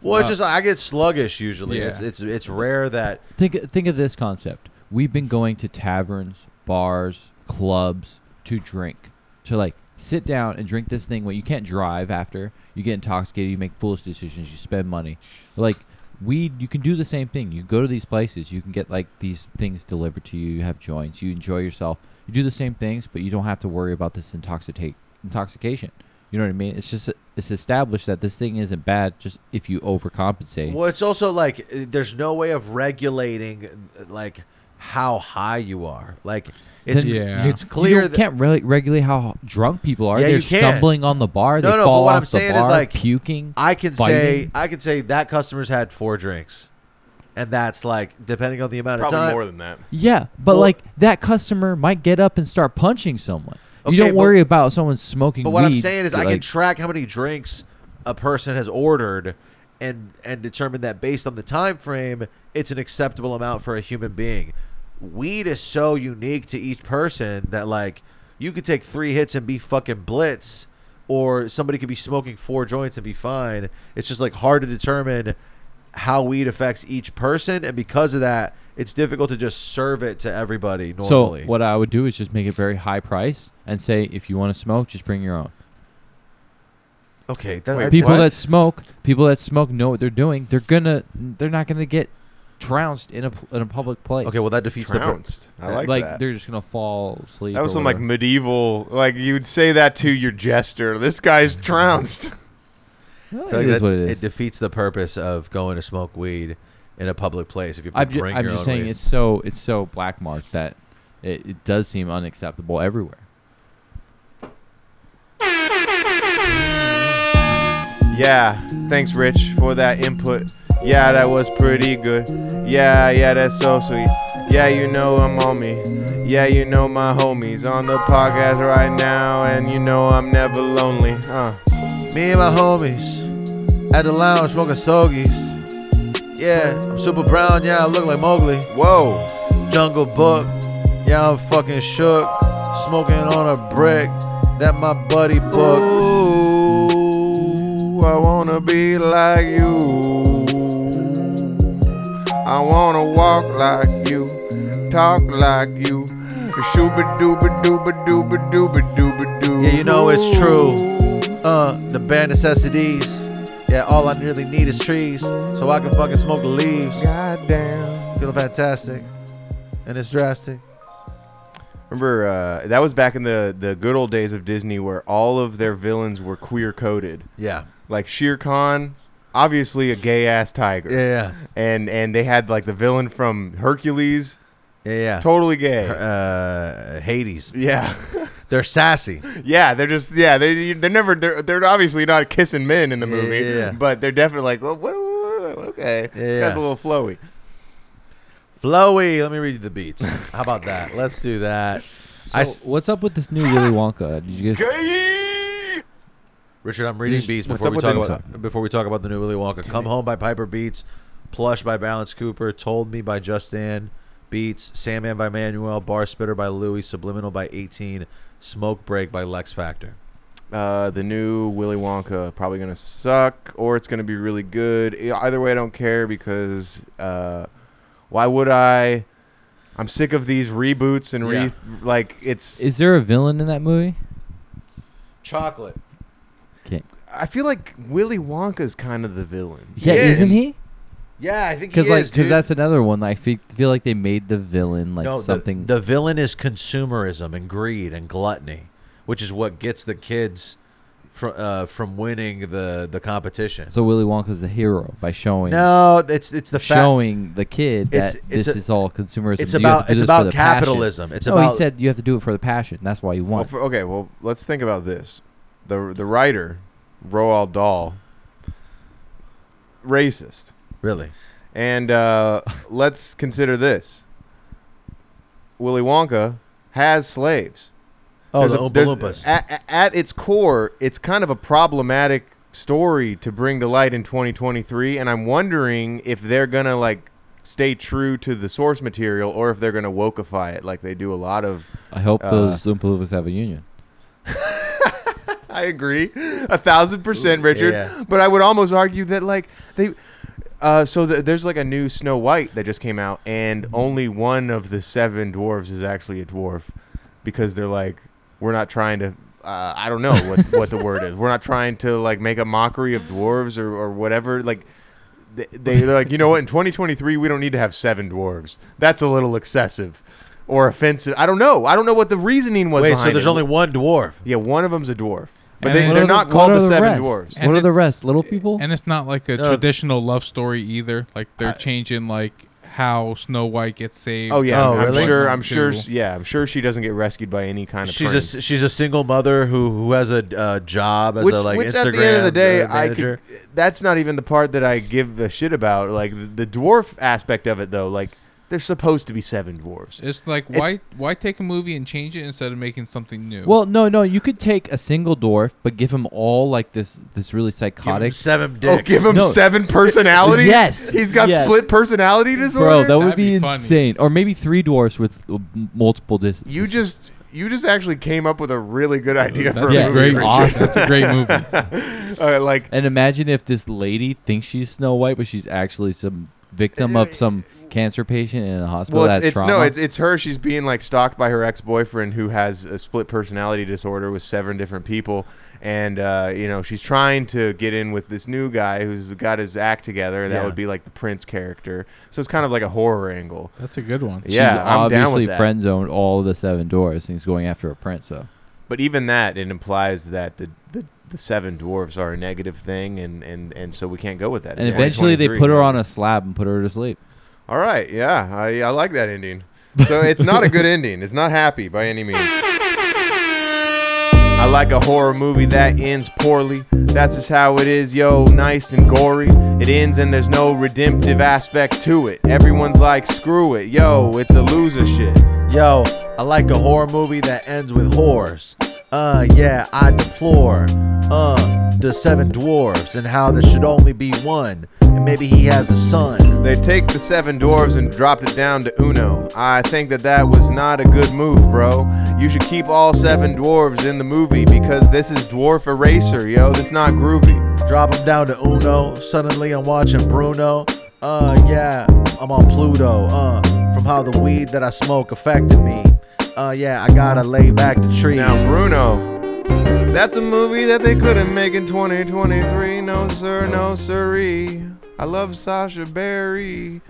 well, it's
uh,
just I get sluggish usually.
yeah.
It's it's it's rare that
Think think of this concept. We've been going to taverns, bars, clubs to drink. To like sit down and drink this thing when you can't drive after. You get intoxicated, you make foolish decisions, you spend money. Like weed, you can do the same thing. You go to these places, you can get like these things delivered to you, you have joints, you enjoy yourself. You do the same things, but you don't have to worry about this intoxicate intoxication. You know what I mean? It's just it's established that this thing isn't bad just if you overcompensate.
Well, it's also like uh, there's no way of regulating uh, like how high you are. Like it's
Then
it's clear
you
that
can't really regulate how drunk people are.
Yeah,
They're
you can.
stumbling on the bar.
No,
they
no,
fall
but what
off
I'm saying
the bar,
is like
puking.
I can say
biting.
I can say that customer's had four drinks, and that's like depending on the amount
Probably
of time.
more than that.
yeah, but
Well-
like that customer might get up and start punching someone. you
Okay,
don't
but-
worry about someone smoking.
But what I'm
weed,
saying is, I
like-
can track how many drinks a person has ordered, and and determine that based on the time frame, it's an acceptable amount for a human being. Weed is so unique to each person that like you could take three hits and be fucking blitz, or somebody could be smoking four joints and be fine. It's just like hard to determine how weed affects each person, and because of that, it's difficult to just serve it to everybody normally.
So what I would do is just make it very high price and say, if you want to smoke, just bring your own.
okay, that, I-
people
what?
that smoke, people that smoke know what they're doing. They're gonna, they're not gonna get trounced in a pl- in a public place.
okay, well that defeats the purpose.
Trounced. I like, that.
Uh, they're just gonna fall asleep.
That was
or
some like
whatever.
medieval. Like you'd say that to your jester. This guy's trounced.
Well,
I feel
it
like
is
that-
what it is.
defeats the purpose of going to smoke weed in a public place if you have to
I'm, ju-
bring
I'm
your
just
own
saying
weed.
it's so it's so black marked that it, it does seem unacceptable everywhere.
Yeah, thanks, Rich, for that input. Yeah, that was pretty good. Yeah, yeah, that's so sweet. Yeah, you know I'm on me. Yeah, you know my homies on the podcast right now, and you know I'm never lonely. Uh,
Me and my homies at the lounge smoking stogies. Yeah, I'm super brown. Yeah, I look like Mowgli.
whoa,
Jungle Book. Yeah, I'm fucking shook. Smoking on a brick that my buddy booked.
ooh, I wanna be like you. I wanna walk like you, talk like you. Shooba dooba dooba dooba dooba dooba doo.
Yeah, you know it's true. Uh, the bare necessities. Yeah, all I really need is trees, so I can fucking smoke the leaves.
Goddamn.
Feeling fantastic, and it's drastic.
Remember, uh, that was back in the, the good old days of Disney where all of their villains were queer coded.
yeah,
Like Shere Khan, obviously a gay ass tiger.
yeah, yeah,
And and they had like the villain from Hercules,
yeah. yeah.
totally gay.
Uh, Hades,
Yeah,
they're sassy.
yeah, they're just yeah they they're never they're, they're obviously not kissing men in the movie,
Yeah.
but they're definitely like well what, what- what- okay this
Yeah.
guy's a little flowy.
Flowy, let me read you the beats. How about that? Let's do that. I s-
So what's up with this new Willy Wonka? Did you guys?
Richard, I'm reading beats
what's
before
up
we
with
talk
them?
about before we talk about the new Willy Wonka. Come Home by Piper Beats, Plush by Balance Cooper, Told Me by Justin Beats, Sandman by Manuel, Bar Spitter by Louis, Subliminal by 18, Smoke Break by Lex Factor.
Uh, the new Willy Wonka probably gonna suck, or it's gonna be really good. E- Either way, I don't care because uh, why would I? I'm sick of these reboots and re
Yeah.
like it's.
Is there a villain in that movie?
Chocolate.
Okay.
I feel like Willy Wonka's kind of the villain.
Yeah,
He is.
isn't he?
Yeah, I think he
Because like,
is, dude.
that's another one. I fe- feel like they made the villain like
no, the-
something.
The, villain is consumerism and greed and gluttony, which is what gets the kids from uh, from winning the the competition.
So Willy Wonka's the hero by showing.
No, it's it's the fact.
showing the kid that
It's- it's
this
a-
is all consumerism.
it's
You have
about-
to do
it's
this
about
for the passion.
capitalism. It's
no,
about-
he said you have to do it for the passion. That's why you
Well,
won.
for- okay, well, let's think about this. The the writer, Roald Dahl, racist.
Really?
And uh, let's consider this. Willy Wonka has slaves.
Oh,
There's
the
a-
Oompa
there's-
Loompas.
At, at its core, it's kind of a problematic story to bring to light in 2023, and I'm wondering if they're gonna like stay true to the source material or if they're gonna wokeify it like they do a lot of.
I hope
uh,
those Oompa Loompas have a union.
I agree, a thousand percent, Richard.
yeah.
But I would almost argue that like they, uh, so th- there's like a new Snow White that just came out, and
Mm-hmm.
only one of the seven dwarves is actually a dwarf, because they're like, we're not trying to. Uh, I don't know what, what the word is. We're not trying to like make a mockery of dwarves or, or whatever. Like they, they- they're like, you know what? In 2023, we don't need to have seven dwarves. That's a little excessive or offensive. I don't know. I don't know what the reasoning was.
Wait, so
behind
there's
it.
only one dwarf.
Yeah, one of them's a dwarf, but
And
they,
then-
they're
What
not
are the-
called
what
the
are the
Seven
rest?
Dwarves.
what are
it-
the rest? Little people?
And it's not like a
No.
traditional love story either. Like they're changing like how Snow White gets saved.
Oh yeah,
Oh,
I'm
really?
sure. I'm sure.
To-
Yeah, I'm sure she doesn't get rescued by any kind of.
She's
prince.
a she's a single mother who who has a uh, job as
which,
a like
which
Instagram
at the end of the day,
uh,
I
manager.
could, that's not even the part that I give a shit about. Like the, the dwarf aspect of it, though, like there's supposed to be seven dwarves.
It's like
It's-
why why take a movie and change it instead of making something new?
Well, no, no. You could take a single dwarf, but give him all like this, this really
Give him
psychotic.
seven
Oh,
dicks.
give him
No.
seven personalities.
Yes,
he's got
yes.
split personality
Bro,
disorder.
that would
That'd
be,
be funny.
insane. Or maybe three dwarfs with uh, m- multiple dis.
you just you just actually came up with a really good idea for
that's
Yeah,
a
a movie.
great,
great
awesome. That's a great movie.
Uh, like
And imagine if this lady thinks she's Snow White, but she's actually some victim of some cancer patient in a hospital.
Uh, Well, it's,
that has
it's
trauma.
no, it's it's her. She's being like stalked by her ex boyfriend who has a split personality disorder with seven different people, and uh, you know she's trying to get in with this new guy who's got his act together. That
Yeah.
would be like the prince character. So it's kind of like a horror angle.
That's a good one.
She's
yeah, I'm down
obviously
with that.
friend zoned all the seven doors, and he's going after a prince. So
But even that it implies that the. the the seven dwarves are a negative thing, and, and, and so we can't go with that. It's
and eventually they
2023,
put her
man.
on a slab and put her to sleep.
All right, yeah, I, I like that ending. So it's not a good ending. It's not happy by any means. I like a horror movie that ends poorly. That's just how it is, yo. Nice and gory. It ends and there's no redemptive aspect to it. Everyone's like, screw it, yo. It's a loser shit.
Yo, I like a horror movie that ends with whores. Uh, yeah, I deplore. Uh, the seven dwarfs and how there should only be one, and maybe he has a son.
They take the seven dwarves and dropped it down to Uno. I think that that was not a good move, bro. You should keep all seven dwarves in the movie because this is Dwarf Eraser, yo. This not groovy.
Drop him down to Uno. Suddenly I'm watching Bruno. Uh, yeah, I'm on Pluto. Uh, from how the weed that I smoke affected me. Uh, yeah, I gotta lay back the trees.
Now, Bruno, that's a movie that they couldn't make in 2023. No, sir, no, sirree. I love Sasha Barry.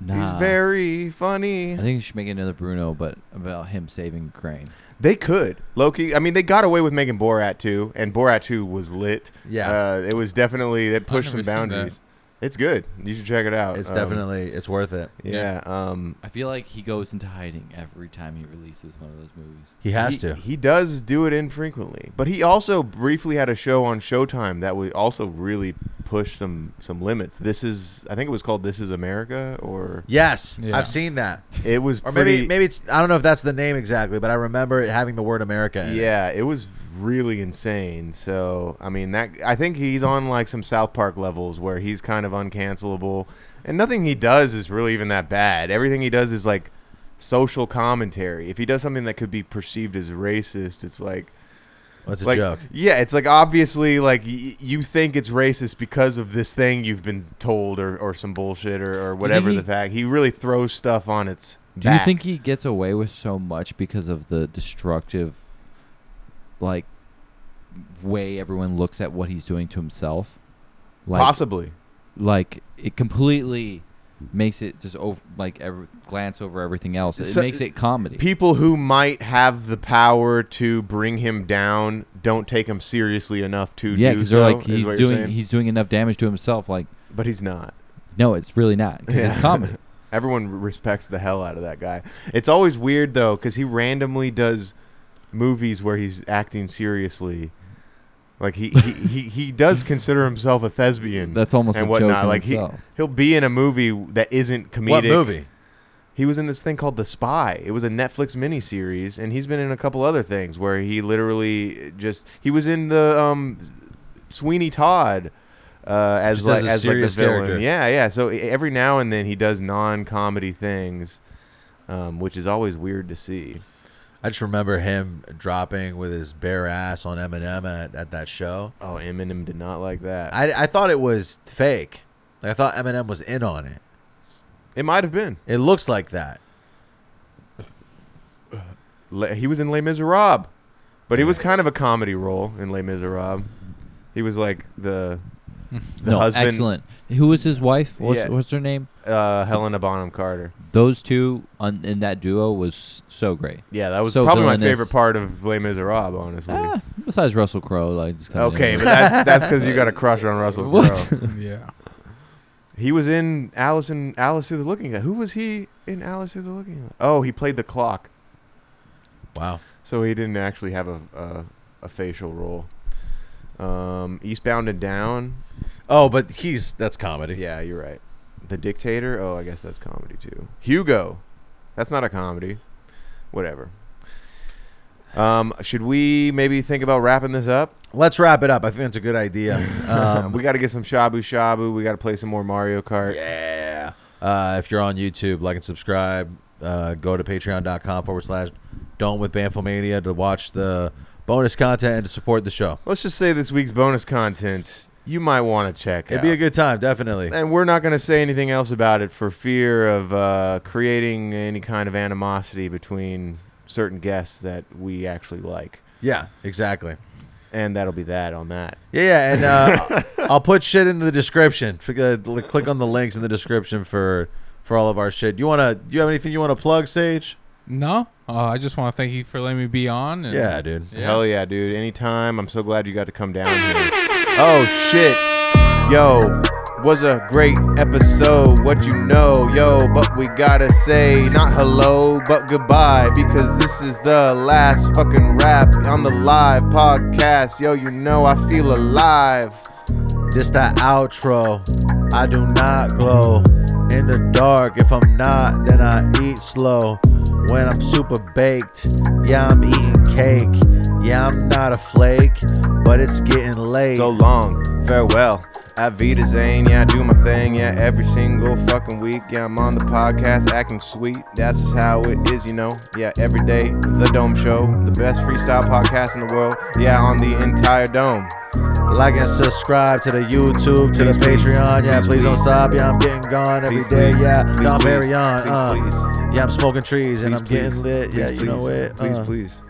He's
Nah.
very
I
funny.
think you should make another Bruno, but about him saving Crane.
They could. Loki, I mean, they got away with making Borat 2, and Borat 2 was lit.
Yeah.
Uh, it was definitely, that pushed some
never seen that.
boundaries. It's good. You should check it out.
it's
Um,
definitely it's worth it.
Yeah. Um,
I feel like he goes into hiding every time he releases one of those movies.
He has
he,
to.
he does do it infrequently, but he also briefly had a show on Showtime that would also really push some some limits. This is, I think it was called "This Is America," or
Yes,
Yeah.
I've seen that.
it was,
Or maybe
pretty-
maybe it's I don't know if that's the name exactly, but I remember it having the word America. In it.
yeah, it was really insane. So I mean, that I think he's on like some South Park levels where he's kind of uncancelable, and nothing he does is really even that bad. Everything he does is like social commentary. If he does something that could be perceived as racist, it's like
That's a
like,
joke.
Yeah, it's like obviously like y- you think it's racist because of this thing you've been told or, or some bullshit or, or whatever
he-
the fact. He really throws stuff on its
Do
back.
you think he gets away with so much because of the destructive, like, way everyone looks at what he's doing to himself? Like,
possibly?
like it completely makes it just over like every, glance over everything else. It
So-
makes it comedy.
People who might have the power to bring him down don't take him seriously enough to
yeah,
do
because
so.
they're like
is
he's
what you're
doing
saying?
he's doing enough damage to himself. Like,
but he's not.
No, it's really not because it's
Yeah.
comedy.
Everyone respects the hell out of that guy. It's always weird though, because he randomly does movies where he's acting seriously. Like he he, he, he does consider himself a thespian.
That's almost
and
a joke
whatnot.
in
like
itself.
he he'll be in a movie that isn't comedic.
What movie?
He was in this thing called The Spy. It was a Netflix miniseries, and he's been in a couple other things where he literally just he was in the um, Sweeney Todd uh, as
Just
like
as
as
a
like the
serious
villain.
character.
Yeah, yeah. So e- every now and then he does non-comedy things, um, which is always weird to see.
I just remember him dropping with his bare ass on Eminem at, at that show.
Oh, Eminem did not like that.
I, I thought it was fake. Like, I thought Eminem was in on it.
It might have been.
It looks like that.
Le- he was in Les Miserables, but he was kind of a comedy role in Les Miserables. He was like the the
no,
husband.
excellent. Who was his wife? What's,
Yeah.
what's her name?
Uh, Helena Bonham Carter.
Those two on, in that duo was so great.
Yeah, that was
So Ah,
probably my
villainous.
favorite part of Les Miserables, honestly.
Besides Russell Crowe, like just kinda
okay,
didn't
but
really-
that's that's because you got a crush on Russell
What?
Crowe.
yeah.
He was in Alice in Alice Through the Looking Glass. Who was he in Alice Through the Looking Glass? Oh, he played the clock,
Wow.
so he didn't actually have a a, a facial role. Um, Eastbound and Down.
Oh, but he's that's comedy.
Yeah, you're right. The Dictator. Oh, I guess that's comedy too. Hugo. That's not a comedy. Whatever. Um, should we maybe think about wrapping this up?
Let's wrap it up. I think that's a good idea. Um,
we got to get some shabu shabu. We got to play some more Mario Kart.
Yeah. Uh, if you're on YouTube, like and subscribe. Uh, go to patreon.com forward slash Don't with Banfomania to watch the bonus content and to support the show.
Let's just say this week's bonus content you might want to check
It'd
out.
be a good time, definitely.
and we're not going to say anything else about it for fear of uh, creating any kind of animosity between certain guests that we actually like.
Yeah, exactly.
And that'll be that on that.
Yeah, yeah, and uh, I'll put shit in the description. Forget- li- Click on the links in the description for for all of our shit. You wanna? Do you have anything you wanna plug, Sage?
No, uh, I just want to thank you for letting me be on. And
Yeah, dude.
Hell yeah, dude. Anytime. I'm so glad you got to come down here. Oh, shit. Yo, was a great episode. What you know, yo, but we gotta say not hello, but goodbye because this is the last fucking rap on the live podcast. Yo, you know, I feel alive.
This the outro. I do not glow in the dark. If I'm not, then I eat slow. When I'm super baked, yeah, I'm eating cake. Yeah, I'm not a flake, but it's getting late.
So long, farewell. Avita Zane, yeah, I do my thing, yeah, every single fucking week. Yeah, I'm on the podcast acting sweet. That's just how it is, you know. Yeah, every day, The Dome Show, the best freestyle podcast in the world. Yeah, on the entire dome.
like and subscribe to the YouTube, to the
Please, please.
Patreon. yeah,
Please,
please, don't
please.
stop. Yeah, I'm getting gone every
Please,
day.
please.
Yeah,
Please,
Don
please.
Perignon.
Please,
uh,
please.
Yeah, I'm smoking trees and
Please,
I'm
please.
getting lit. yeah,
Please,
you know
please.
it.
Please,
uh,
please.